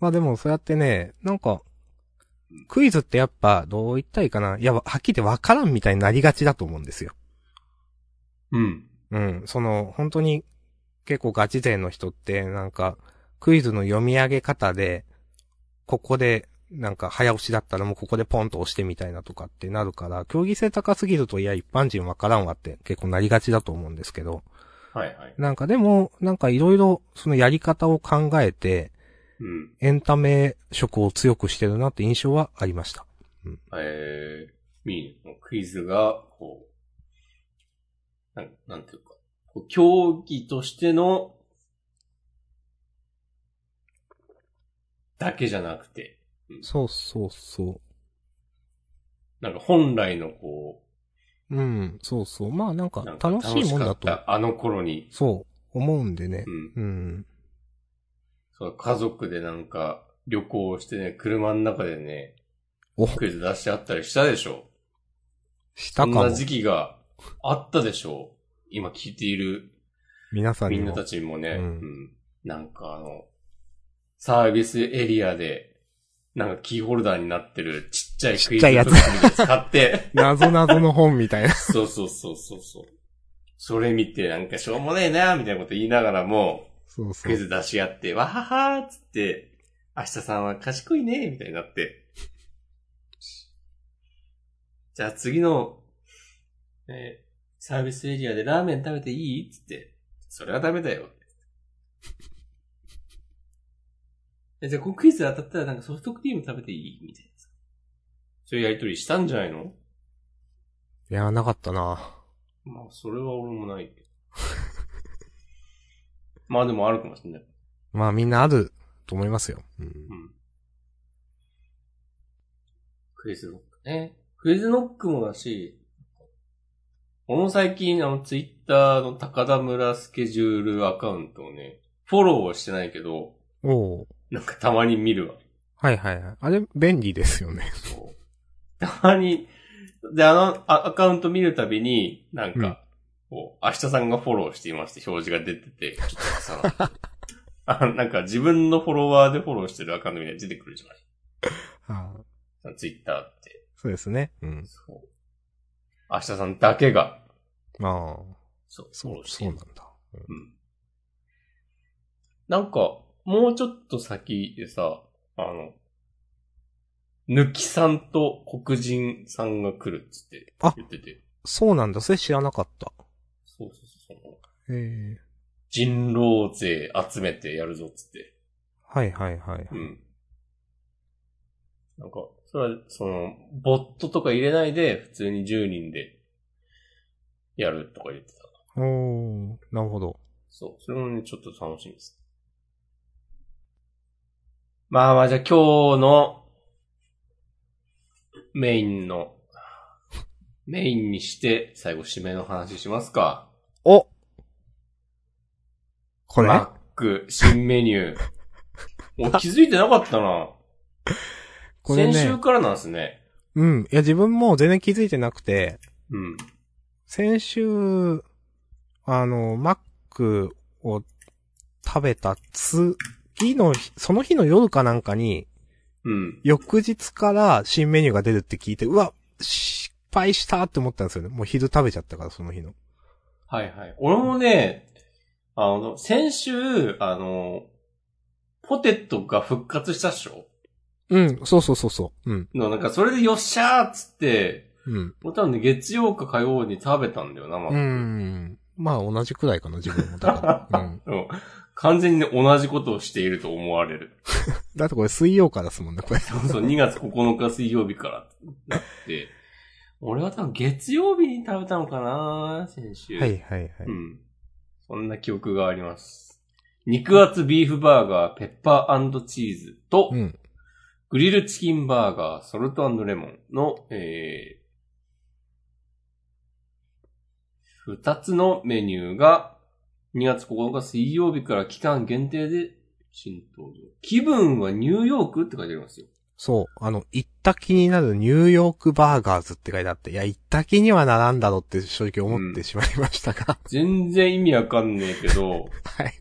まあでも、そうやってね、なんか、クイズってやっぱ、どう言ったらいいかな。いや、はっきり言ってわからんみたいになりがちだと思うんですよ。
うん。
うん、その、本当に、結構ガチ勢の人って、なんか、クイズの読み上げ方で、ここで、なんか、早押しだったらもうここでポンと押してみたいなとかってなるから、競技性高すぎると、いや、一般人わからんわって結構なりがちだと思うんですけど、
はいはい。
なんかでも、なんかいろいろ、そのやり方を考えて、
うん。
エンタメ色を強くしてるなって印象はありました。
えー、いいねクイズが、こう、なん、なんていうか、こう競技としての、だけじゃなくて、
そうそうそう。
なんか本来のこう、
うん、そうそう。まあなんか
なんか
楽しいもんだ
楽し
と
かっ、たあの頃に、
そう、思うんでね
う。ん。
うん。
そう家族でなんか、旅行してね、車の中でね、
お、
クイズ出してあったりしたでしょ
した
そ
か
ん
も
な。時期があったでしょう今聞いている
皆さん
み
に
んな
も
た。ちにもね、
う
うんん、なんかあの、サービスエリアで、なんかキーホルダーになってるちっちゃいクイズブックみたいなやつ買って、
謎謎の本みたいな。
そうそうそうそうそう。それ見てなんかしょうもねえな、みたいなこと言いながらも、
そうそ
クイ
う。
ズ出し合って、わははーっつって、明日さんは賢いねみたいになって。じゃあ次の、えーサービスエリアでラーメン食べていいっつって、それはダメだよ。えじゃあこのクイズ当たったらなんかソフトクリーム食べていいみたいなさ。そういうやりとりしたんじゃないの
いや、なかったな。
まあ、それは俺もないけど。まあでもあるかもしれない。
まあみんなあると思いますよ。うん
う。ん。クイズノックね。クイズノックもだし、この最近、あの、ツイッターの高田村スケジュールアカウントをね、フォローはしてないけど、
おー
なんかたまに見るわ。
はいはいはい。あれ、便利ですよね。
そう たまに、で、あの、あアカウント見るたびに、なん
うん
か、こう、明日さんがフォローしていますって表示が出てて、ちょっとさ、 あなんか自分のフォロワーでフォローしてるアカウントみたいに出てくるじゃ
あー
ないツイッターって。
そうですね。うん。
そう。明日さんだけが、
まあ、
そう、
そ
フォロ
う、
ーして
そう
る
なんだ。うん
うん。なんか、もうちょっと先でさ、あの、抜きさんと黒人さんが来るっつって
あ
言ってて。
そうなんだ。それ知らなかった。
そうそうそうそう。
ええ
人狼勢集めてやるぞっつって。
はいはいはい。
うん。なんか、それは、その、ボットとか入れないで、普通に10人で、やるとか言ってた。
おー、なるほど。
そう。それもね、ちょっと楽しみです。まあまあ、じゃあ今日のメインの、メインにして、最後締めの話しますか。
おこれ、
マック、新メニュー。もう気づいてなかったな。
これ
先週
ね、
からなんですね。
うん。いや、自分も全然気づいてなくて、
うん。
先週、あの、マックを食べた次の日、その日の夜かなんかに、
うん。
翌日から新メニューが出るって聞いて、うわ、失敗したって思ったんですよね。もう昼食べちゃったから、その日の。
はいはい。俺もね、あの、先週、あの、ポテトが復活したっしょ
うん、そうそうそうそう。うん、
の、なんかそれでよっしゃーっつって、
うん。
もう多分ね、月曜か火曜に食べたんだよな、まあ。
う。ん。まあ、同じくらいかな、自分も。だ から。うん。
うん。完全にね、同じことをしていると思われる。
だってこれ水曜からですもんね、これ。
そう、2月9日水曜日からだって。俺は多分月曜日に食べたのかな先週。
はい。はいはい。
うん。そんな記憶があります。肉厚ビーフバーガー、ペッパーチーズと、
うん。
グリルチキンバーガー、ソルトレモンの、えー、二つのメニューが、2月9日水曜日から期間限定で新登場。気分はニューヨークって書いてありますよ。
そう。あの、行った気になるニューヨークバーガーズって書いてあって、いや、行った気にはならんだろうって正直思ってしまいました が。
全然意味わかんねえけど、
はい。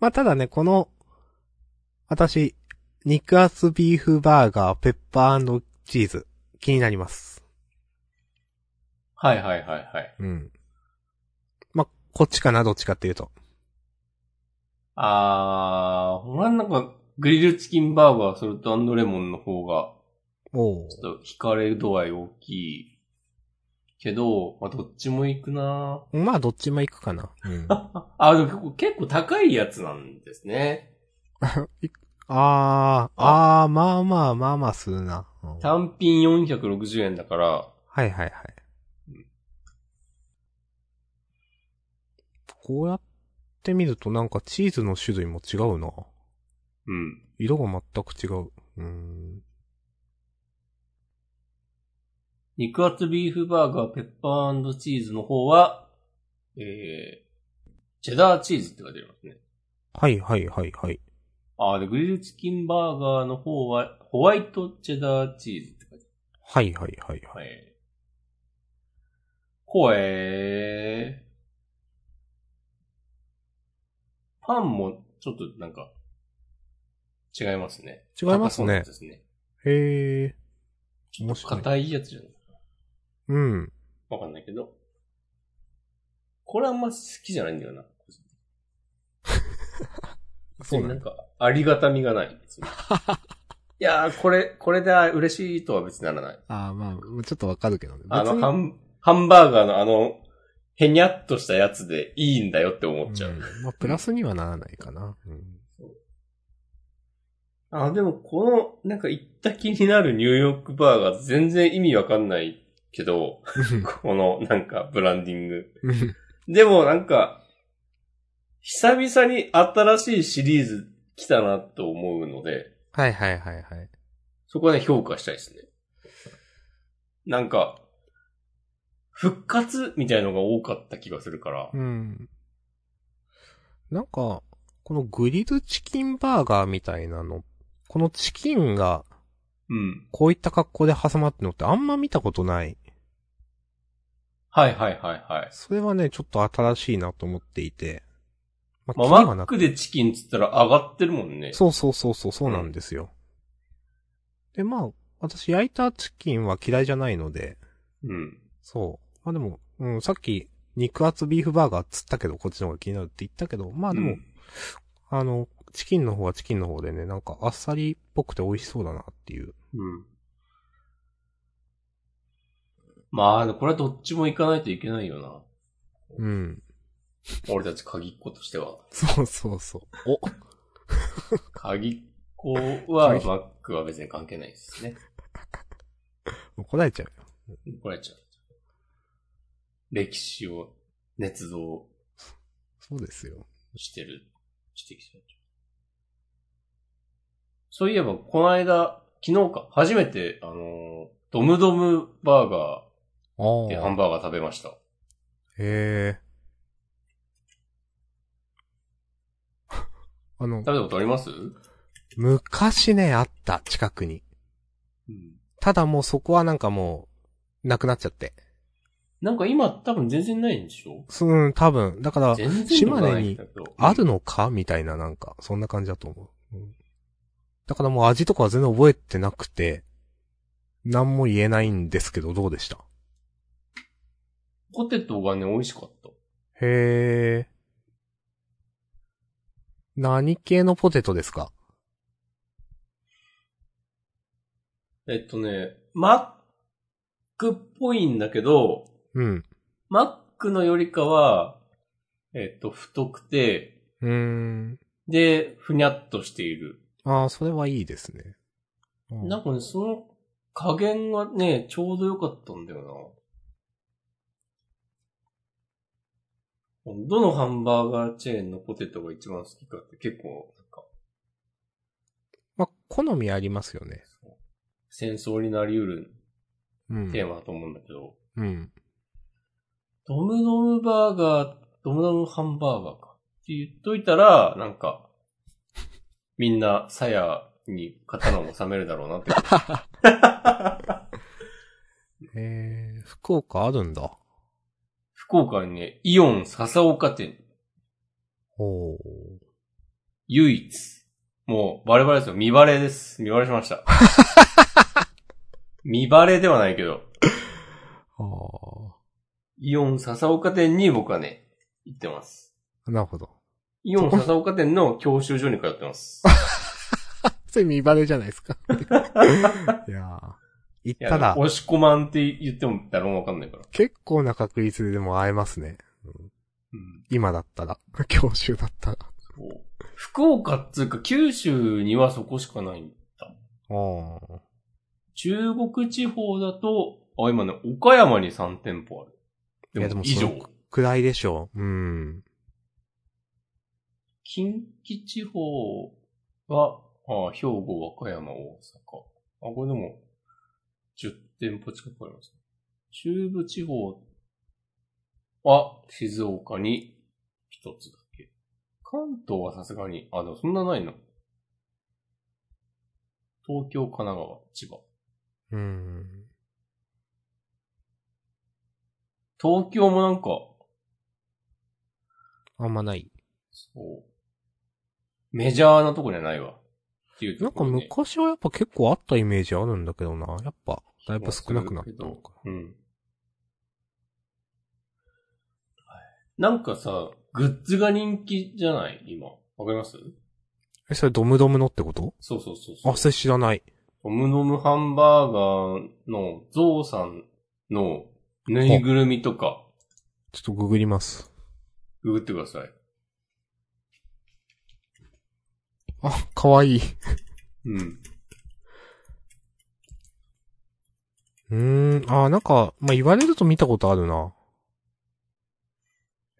まあ、ただね、この、私、肉厚ビーフバーガー、ペッパーチーズ、気になります。
はいはいはいはい。
うん。まあ、こっちかな、どっちかっていうと。
あー、ほらなんか、グリルチキンバーガー、ソルトレモンの方が、
おう
ちょっと惹かれる度合い大きい。けど、まあ、どっちも行くな
まあ、どっちも行くかな。 うん。
あ、でも結構、結構高いやつなんですね。
あー、あー、まあまあまあまあするな。うんはい
単品460円だから、
はいはい。こうやってみるとなんかチーズの種類も違うな。
うん。
色が全く違う。うーん。
肉厚ビーフバーガー、ペッパーチーズの方は、えー、チェダーチーズって書いてありますね。
はいはいはいはい。
ああ、で、グリルチキンバーガーの方は、ホワイトチェダーチーズって書いて
はいはいはい
あ
は
る。は
い。
い。こえー。パンも、ちょっとなんか、違いますね。
違います
高そ
ね
うなやつですね。
へえ。面白い。
硬いやつじゃない
うん。
わかんないけど。これあんま好きじゃないんだよな。
そうなん
な
だ
んか、ありがたみがない。別にいやー、これ、これで嬉しいとは別にならない。
ああ、まあ、ちょっとわかるけどね。
あ
別
の、
に
ハン、ハンバーガーのあの、へにゃっとしたやつでいいんだよって思っちゃう。
んまあ、プラスにはならないかな。うん
あ、でもこの、なんか行った気になるニューヨークバーガー全然意味わかんないけど、このなんかブランディング。
うん
でもなんか、久々に新しいシリーズ来たなと思うので、
はいはいはいはい。
そこはね、評価したいですね。なんか、復活みたいのが多かった気がするから
う。ん。なんか、このグリルチキンバーガーみたいなの、このチキンが
うん。
こういった格好で挟まってるのってあんま見たことない。
はいはいはいはい。
それはね、ちょっと新しいなと思っていて。ま
まあ、
気には
マッ
な
クでチキンっつったら上がってるもんね。
そうそうそうそう、そうなんですよ。で、まあ、私焼いたチキンは嫌いじゃないので、
う。うん。
そう。まあでも、うん、さっき肉厚ビーフバーガーっつったけど、こっちの方が気になるって言ったけど、まあで
う
も、
ん
あの、チキンの方はチキンの方でね、なんかあっさりっぽくて美味しそうだなっていう。
うん。まあ、これはどっちも行かないといけないよな。
うん。
俺たち鍵っ子としては。
そうそうそう。お
鍵っ子は、マ
鍵
ックは別に関係ないですね。
怒られちゃうよ。
怒られちゃう。歴史を、捏造
そうですよ。
してる、指摘されちゃう。そういえば、この間、昨日か、初めて、あの、ドムドムバーガーで
あ
ハン
あ。
バーガー食べました。
へえ。 あの
食、べたことあります
昔ね、あった、近くに。
うん。
ただもうそこはなんかもう、なくなっちゃって。
なんか今多分全然ないんでしょ
そううん、多分。だから、
全然とかない
島根に
だけど
あるのかみたいな、なんか、そんな感じだと思う。うんだからもう味とかは全然覚えてなくて、何も言えないんですけど、どうでした
ポテトがね、美味しかった。
へえ。何系のポテトですか
えっとね、マックっぽいんだけど、
うん。
マックのよりかは、えっと、太くて、
うーん。
で、ふにゃっとしている。
ああ、それはいいですね。うん
なんかね、その加減がね、ちょうど良かったんだよな。どのハンバーガーチェーンのポテトが一番好きかって結構、なんか、
まあ、好みありますよね。
戦争になり得る
うん。
テーマだと思うんだけど、
うん。
ドムドムバーガー、ドムドムハンバーガーか。って言っといたら、なんか、みんな、鞘に刀を収めるだろうなって。
えー、福岡あるんだ。
福岡にね、イオン笹岡店、
おー。
唯一。もう、バレバレですよ。見バレです。見バレしました。見バレではないけど、
ああ
イオン笹岡店に僕はね、行ってます。
ー。なるほど。
イオン笹岡店の教習所に通ってます。
それ見バレじゃないです か。いやー行
い
っ
や
たら、
押し込まんって言っても誰もわかんないから。
結構な確率ででも会えますね。
うん
今だったら。 教習だったら。
こう福岡っつうか九州にはそこしかない。
おー。
中国地方だと、あ、今ね、岡山に3店舗あ
い
る。
や
で
で
も
も
以
そ
上
の。くらいでしょう。うん。
近畿地方は、あ兵庫、和歌山、大阪。あ、これでも、10店舗近くありますね。中部地方は静岡に一つだけ。関東はさすがに、あ、でもそんなないの。東京、神奈川、千葉。
うん。
東京もなんか、
あんまない。
そう。メジャーなとこじゃないわ。っていう
な
と
んか
ころ、ね。
昔はやっぱ結構あったイメージあるんだけどな。やっぱ、だいぶ少なくなったのか。
うん。なんかさ、グッズが人気じゃない今。わかります
え、それドムドムのってこと
そうそうそうそう。
あ、それ知らない。
オムノムハンバーガーのゾウさんのぬいぐるみとか、
ちょっとググります。
ググってください。
あ、かわいい。
うん。
うーん、あー、なんか、まあ、言われると見たことあるな。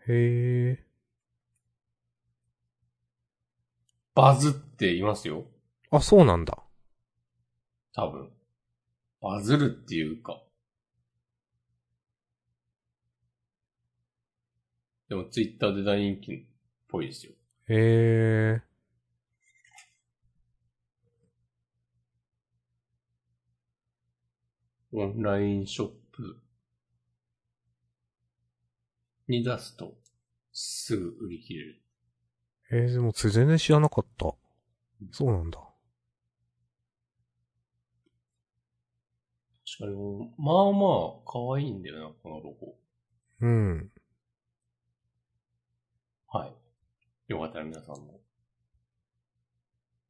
へえ。
バズって言いますよ。
あ、そうなんだ。
多分。バズるっていうか。でもツイッターで大人気っぽいですよ。
へえ。
オンラインショップに出すとすぐ売り切れる。
えー、でも、つ全然知らなかった。そうなんだ。
確かに、まあまあ可愛いんだよな、このロゴ。
うん。
はい。よかったら皆さんも、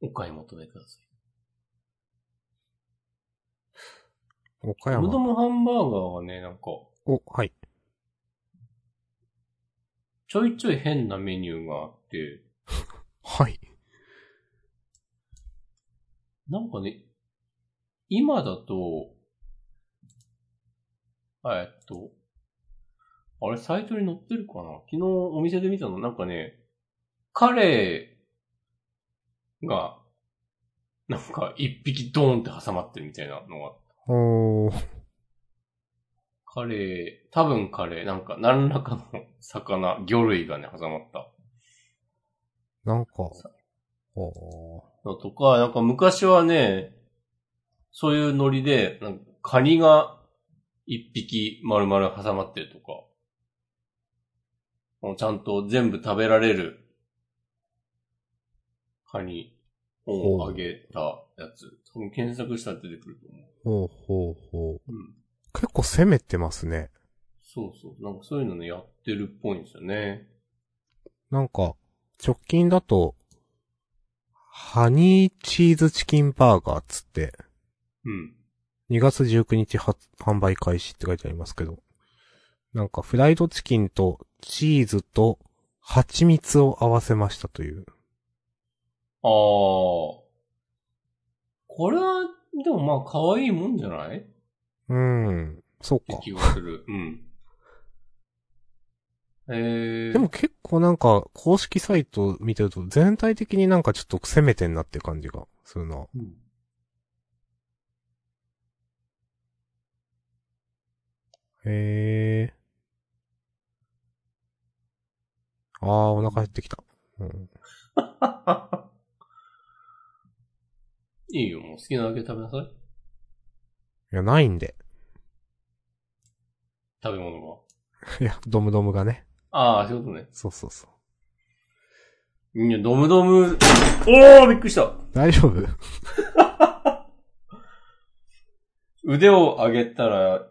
お買い求めください。
岡
ムド
山。
ムハンバーガーはね、なんか、
お、はい。
ちょいちょい変なメニューがあって、
はい。
なんかね、今だと、えっと、あれ、サイトに載ってるかな昨日お店で見たの、なんかね、カレーが、なんか一匹ドーンって挟まってるみたいなのが
おー。
カレー、多分カレー、なんか何らかの魚、魚類がね、挟まった
なんか
さ。
おー。
のとか、なんか昔はね、そういうノリで、なんかカニが一匹丸々挟まってるとか、もうちゃんと全部食べられるカニをあげたやつ。多分検索したら出てくると思う。
ほうほうほう。
うん。
結構攻めてますね。
そうそう。なんかそういうのね、やってるっぽいんですよね。
なんか、直近だと、ハニーチーズチキンバーガーっつって、
うん。
2月19日発販売開始って書いてありますけど、なんかフライドチキンとチーズと蜂蜜を合わせましたという。
ああ。これは、でもまあ、可愛いもんじゃないっ
うーん、そう
て
か。
気がする。うん。えー、
でも結構なんか公式サイト見てると全体的になんかちょっと攻めてんなって感じがするな。
うん、
へえ。あー、お腹減ってきた。うん。
いいよ、もう好きなだけ食べなさい。
いや、ないんで。
食べ物が。
いや、ドムドムがね。
ああ、そういうことね。
そうそうそう。
いや、ドムドム。おーびっくりした
大丈夫
腕を上げたら、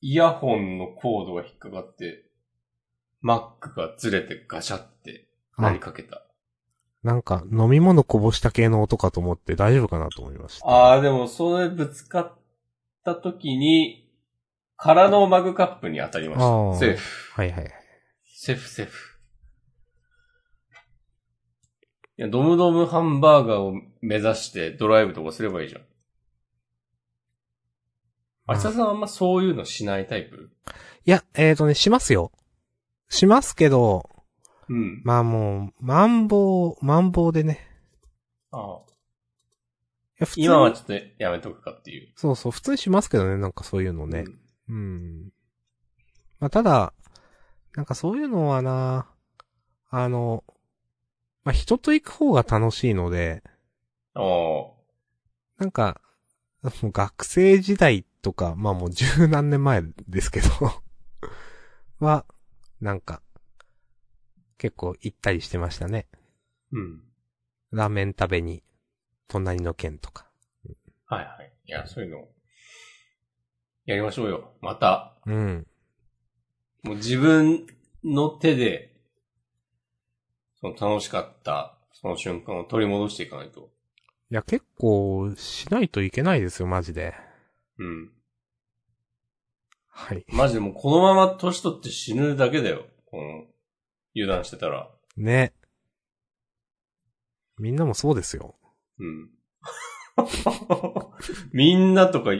イヤホンのコードが引っかかって、マックがずれてガシャって、なりかけた。
なんか、飲み物こぼした系の音かと思って大丈夫かなと思いました。
ああ、でも、それぶつかった時に、空のマグカップに当たりま
あー
した。セーフ。
はいはいはい。
セーフ、セーフ。いや、ドムドムハンバーガーを目指してドライブとかすればいいじゃん。あちささんあんまそういうのしないタイプ
いや、えーとね、しますよ。しますけど、
うん。
まあもう、マンボウ、マンボウでね。
ああ
いや、普通に
今はちょっとやめとくかっていう。
そうそう、普通にしますけどね、なんかそういうのね。
うん
うん。まあ、ただ、なんかそういうのはな、あの、まあ、人と行く方が楽しいので、
ああ。
なんか、もう学生時代とか、まあもう十何年前ですけど、 は、なんか、結構行ったりしてましたね。
うん。
ラーメン食べに、隣の県とか。
はいはい。いや、そういうの、やりましょうよ。また。
うん。
もう自分の手で、その楽しかった、その瞬間を取り戻していかないと。
いや、結構、しないといけないですよ、マジで。
うん。
はい。
マジでもうこのまま年取って死ぬだけだよ。この、油断してたら。
ね。みんなもそうですよ。
うん。 みんなとか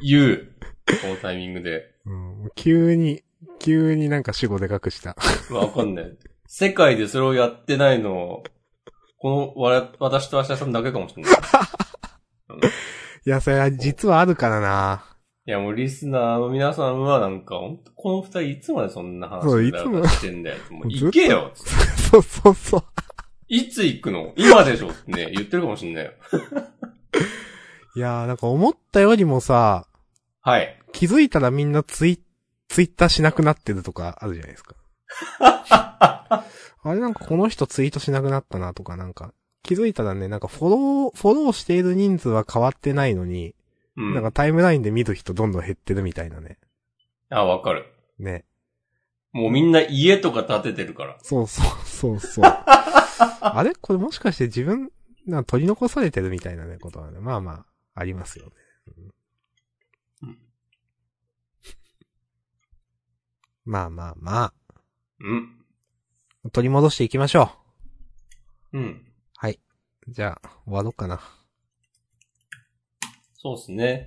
言う。このタイミングで。
うん。急に、急になんか死後でかくした。
わかんない。世界でそれをやってないの、この、わら、私と明日さんだけかもしれない。うん
いや、それは実はあるからな。
いや、もうリスナーの皆さんはなんか、ほんとこの二人いつまでそんな話
そう
を
いつも
してん だよ。もう行けよ
そうそうそう。
いつ行くの今でしょってね、言ってるかもしんないよ。
いやー、なんか思ったよりもさ、
はい。
気づいたらみんなツイ、ツイッターしなくなってるとかあるじゃないですか。あれなんかこの人ツイートしなくなったなとかなんか、気づいたらね、なんかフォロー、フォローしている人数は変わってないのに、
う
なん
ん。
かタイムラインで見る人どんどん減ってるみたいなね。
あ、わかる。
ね。
もうみんな家とか建ててるから。
そうそうそうそう。 あれこれもしかして自分、なんか取り残されてるみたいなね、ことはね、まあまあ、ありますよね。
うん
まあまあま
うん。
あ、取り戻していきましょ
うん。
う。じゃあ、終わろうかな。
そうっすね。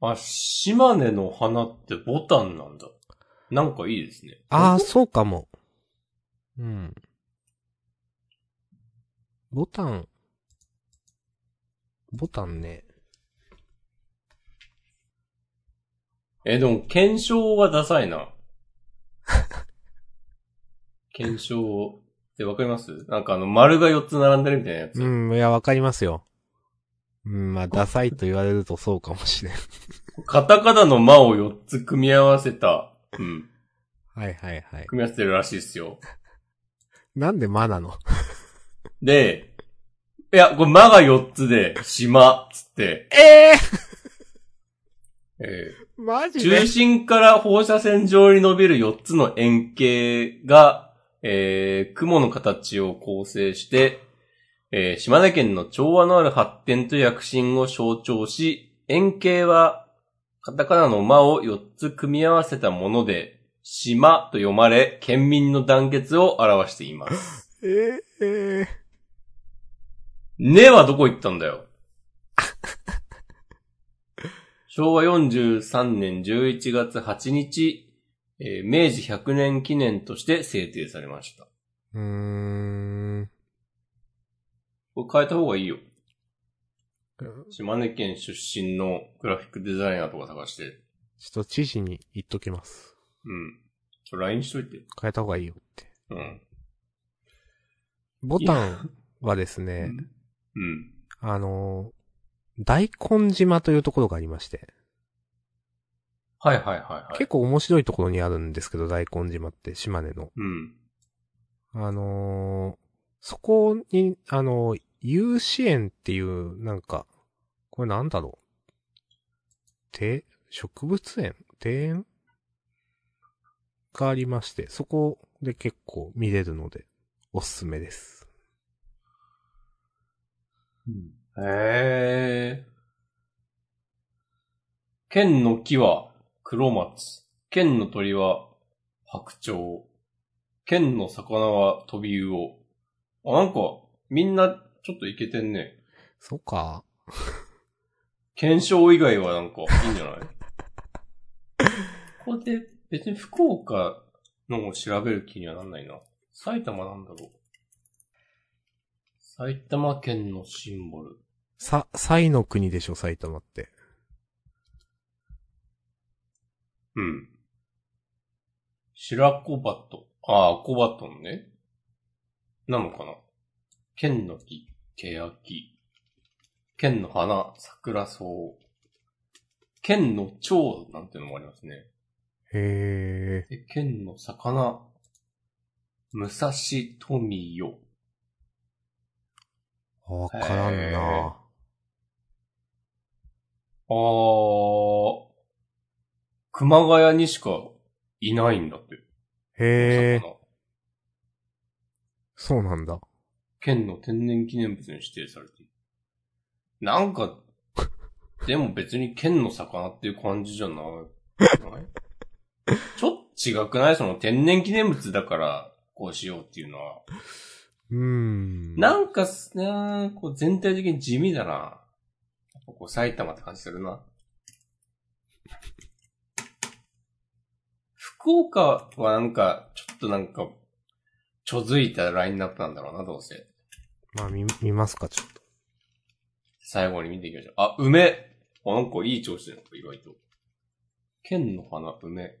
あ、島根の花ってボタンなんだ。なんかいいですね。
ああ、そうかも。うん。ボタン。ボタンね。
え、でも、検証はダサい な。検証ってわかりますなんかあの、丸が4つ並んでるみたいなやつ。
うん、いや、わかりますよ。うん、まあ、ダサいと言われるとそうかもしれん。
カタカナの間を4つ組み合わせた、うん、
はいはいはい。
組み合わせてるらしいですよ。
なんでマなの
で、いや、これ間が4つで、島、つって、
ええ
え
マ
ー
ジ
中心から放射線状に伸びる4つの円形が、えー、雲の形を構成して、えー島根県の調和のある発展と躍進を象徴し、円形は、カタカナの間を4つ組み合わせたもので、島と読まれ、県民の団結を表しています。
えーえ
ねはどこ行ったんだよ。 昭和43年11月8日、えー明治100年記念として制定されました。
ー。うーん。
これ変えた方がいいよ。島根県出身のグラフィックデザイナーとか探して。
ちょっと知事に言っときます。
うん。ちょ、LINE しといて。
変えた方がいいよって。
うん。
ボタンはですね、
うん。
あのー大根島というところがありまして、
はいはいはいはい。
結構面白いところにあるんですけど、大根島って島根の。
うん。
あのーそこに、あのー、有志園っていう、なんか、これなんだろう。て、植物園庭園がありまして、そこで結構見れるので、おすすめです。
へえ。剣の木は黒松。剣の鳥は白鳥。剣の魚は飛び魚。あ、なんか、みんなちょっといけてんね。
そうか。
検証以外はなんかいいんじゃないここで別に福岡のを調べる気にはなんないな。埼玉なんだろう。埼玉県のシンボル。
さ、サイの国でしょ、埼玉って。
うん。白子バット。ああ、コバトンね。なのかな。剣の木、ケヤキ。剣の花、桜草。剣の蝶なんてのもありますね。
へえ。
え、剣の魚、武蔵富よ。
わからん
へー
な。
あー、熊谷にしかいないんだって。
へえ。
魚
そうなんだ。
県の天然記念物に指定されている。なんか、でも別に県の魚っていう感じじゃ ない。ないちょっと違くないその天然記念物だから、こうしようっていうのは。
うーん。
なんかす、なこう全体的に地味だな。やっぱこう埼玉って感じするな。福岡はなんか、ちょっとなんか、ちょづいたラインナップなんだろうな、どうせ。
まあ、見、見ますか、ちょっと。
最後に見ていきましょう。あ、梅あ、なんかいい調子だな、意外と。剣の花、梅。へ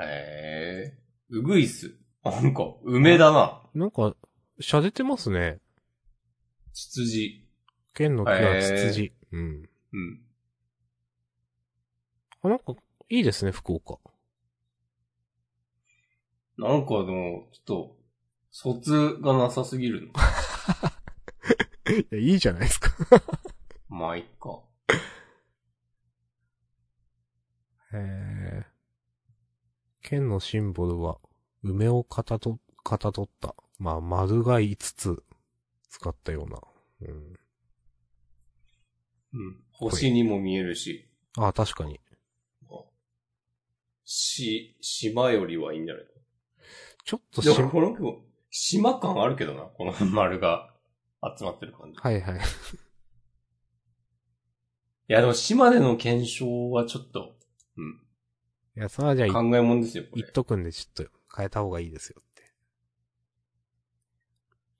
え。うぐいす。あ、なんか、梅だな。
なんか、洒落てますね。
ツツジ。
剣の木はツツジ。うん。
うん。
あ、なんか、いいですね、福岡。
なんかでも、ちょっと、卒がなさすぎるの。
いや、いいじゃないですか。
まあ、いっか。
へえ。剣のシンボルは、梅をかたど、かたどった。まあ、丸が5つ使ったような。うん。
うん。星にも見えるし、
ああ、確かに。
し、島よりはいいんじゃない
ちょっとし、
でも、
は
この子、島感あるけどな、この丸が集まってる感じ。
いはい。
いや、でも島での検証はちょっと、うん。
いや、さあじゃあ、い
考えもんですよ、これ
言っ。とくんで、ちょっと変えた方がいいですよって。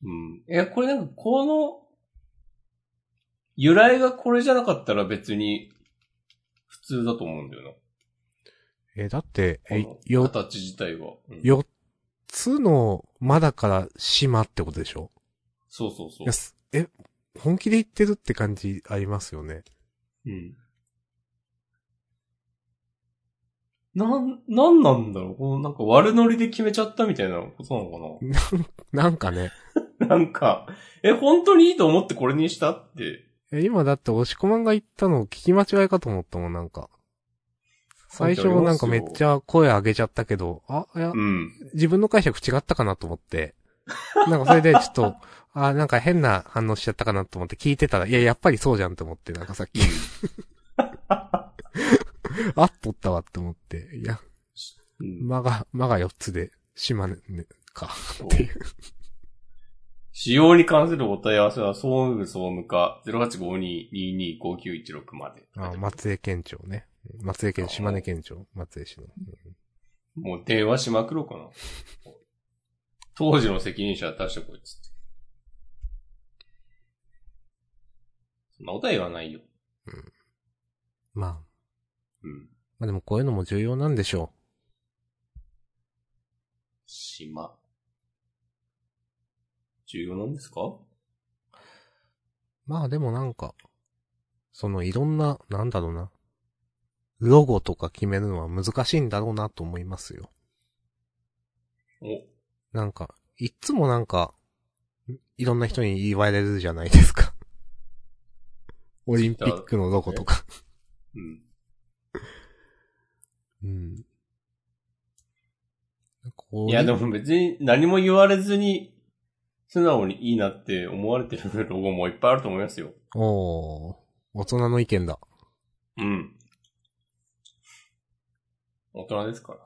うん。いや、これなんか、この、由来がこれじゃなかったら別に、普通だと思うんだよな。
え、だって、え、
この
よ、
形自体は。うん
4つの、まだから島ってことでしょ
そうそうそ
いうや。すえ、本気で言ってるって感じありますよね。
うん。なん、なんなんだろうこのなんか悪ノリで決めちゃったみたいなことなのかな
なんかね、
なんか、え、本当にいいと思ってこれにしたって。
え今だって押し込まんが言ったのを聞き間違いかと思ったもん、なんか。最初なんかめっち
ゃ。
ゃ声上げちゃったけど、あ、いや
う、ん。
自分の解釈違ったかなと思って。なんかそれでちょっと、 あ、なんか変な反応しちゃったかなと思って聞いてたら、いや、やっぱりそうじゃんと思って、なんかさっき。 あっとったわって思って。いや、
うん
間が、間が4つで、島根、ね、か。
そう
っていう
使用に関するお問い合わせは、総務部総務課0852-225916まで。
あ松江県庁ね。松江県、島根県庁、松江市の。
もう電話しまくろうかな。当時の責任者は出してこいっつって。そんなことは言わないよ。
まあ、
うん。
まあでもこういうのも重要なんでしょ
島。重要なんですか
う。まあでもなんか、そのいろんな、なんだろうな。ロゴとか決めるのは難しいんだろうなと思いますよ。
お、
なんか、いっつもなんか、いろんな人に言われるじゃないです か。オリンピックのロゴとか。
うん。
うん。こう
いうや、でも別に何も言われずに、素直にいいなって思われてるロゴもいっぱいあると思いますよ。
おー大人の意見だ。
うん。大人ですから。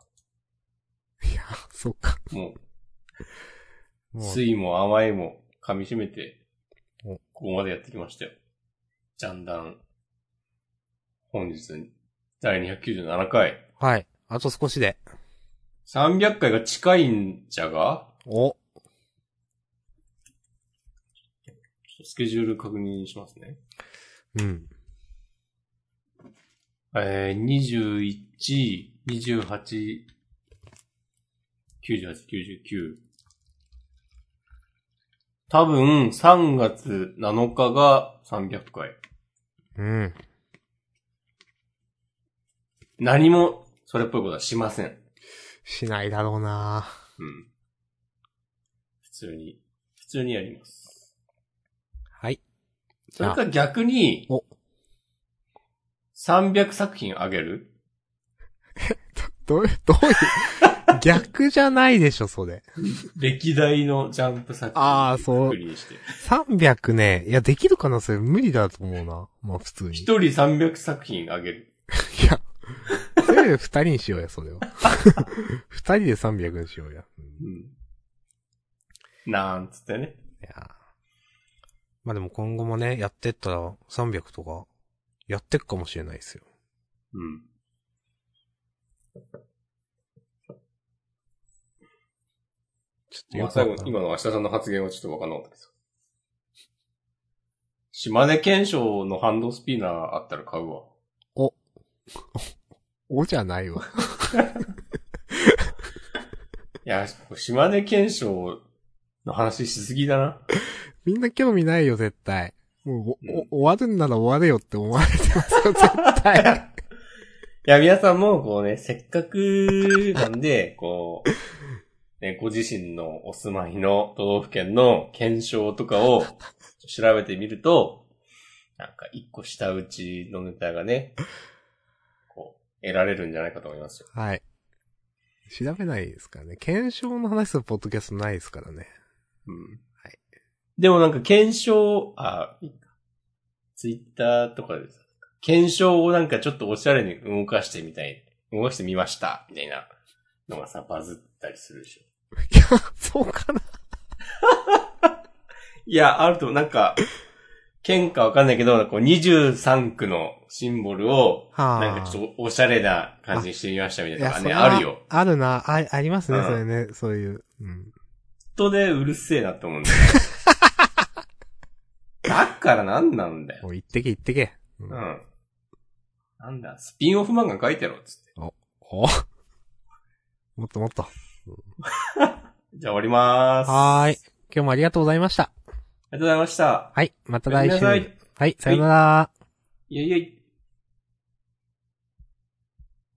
いや、そっか。
もう、
もう、
酸いも甘いも噛み締めて、
お
ここまでやってきましたよ。ジャンダン。本日、第297回。
はい。あと少しで。
300回が近いんじゃが
お、
ちょっとスケジュール確認しますね。
うん。
えー、21、28、98、99。多分、3月7日が300回。
うん。
何も、それっぽいことはしません。
しないだろうな
うん。普通に、普通にやります。
はい。
それか逆に
お、
300作品あげる
どう いう、どういう、逆じゃないでしょ、それ。
歴代のジャンプ作品。
あーそう
確認して。
300ね。いや、できるかなそれ無理だと思うな。まあ、普通に。
一人300作品あげる。
いや、それより二人にしようや、それは。 二人で300にしようや。うんい
うん。なんつってね。
やまあでも今後もね、やってったら300とか、やってくかもしれないですよ。
うん。
ちょっと
ま
よ
あ
くわ
最
か
後
ん、ない
今の明日さんの発言はちょっとわかんなかったです。島根県庁のハンドスピナーあったら買うわ。
おじゃない
い
わ。
や、島根県庁の話しすぎだな。
みんな興味ないよ、絶対。もう、
うん
お、お終わるんなら終われよって思われてますよ、絶対。
いや、皆さんもこうね、せっかくなんで、こう、ね、ご自身のお住まいの都道府県の検証とかを調べてみると、なんか一個下打ちのネタがね、こう、得られるんじゃないかと思いますよ。
はい。調べないですからね。検証の話するポッドキャストないですからね。
うん。
はい
でもなんか検証、あ、いいかツイッターとかでさ、検証をなんかちょっとおしゃれに動かしてみたい、動かしてみました、みたいなのがさ、バズったりするでしょ。
いや、そうかな。
いや、あると、なんか、県かわかんないけど、なんかこう23区のシンボルを、
はあ。
なんかちょっとおしゃれな感じにしてみましたみたい
い
なの
や、
が
そ
ね、あ
れ
るよ。。
あるな、あ、ありますね、
うん
それね、そういう。うん。
ネットでうるせえなと思うん だよ。だからなんなんだよ。
もう行ってけ、行ってけ。う。
うんん。なんだ、スピンオフ漫画書いてろ、つって。
お もっともっと。
じゃあ終わりまーす。
はーい
あ。
今日もありがとうございました。
りがとうございました。
はい、また
おやす
来
み
週。
なさい
はい、さよなら。
いえいえい。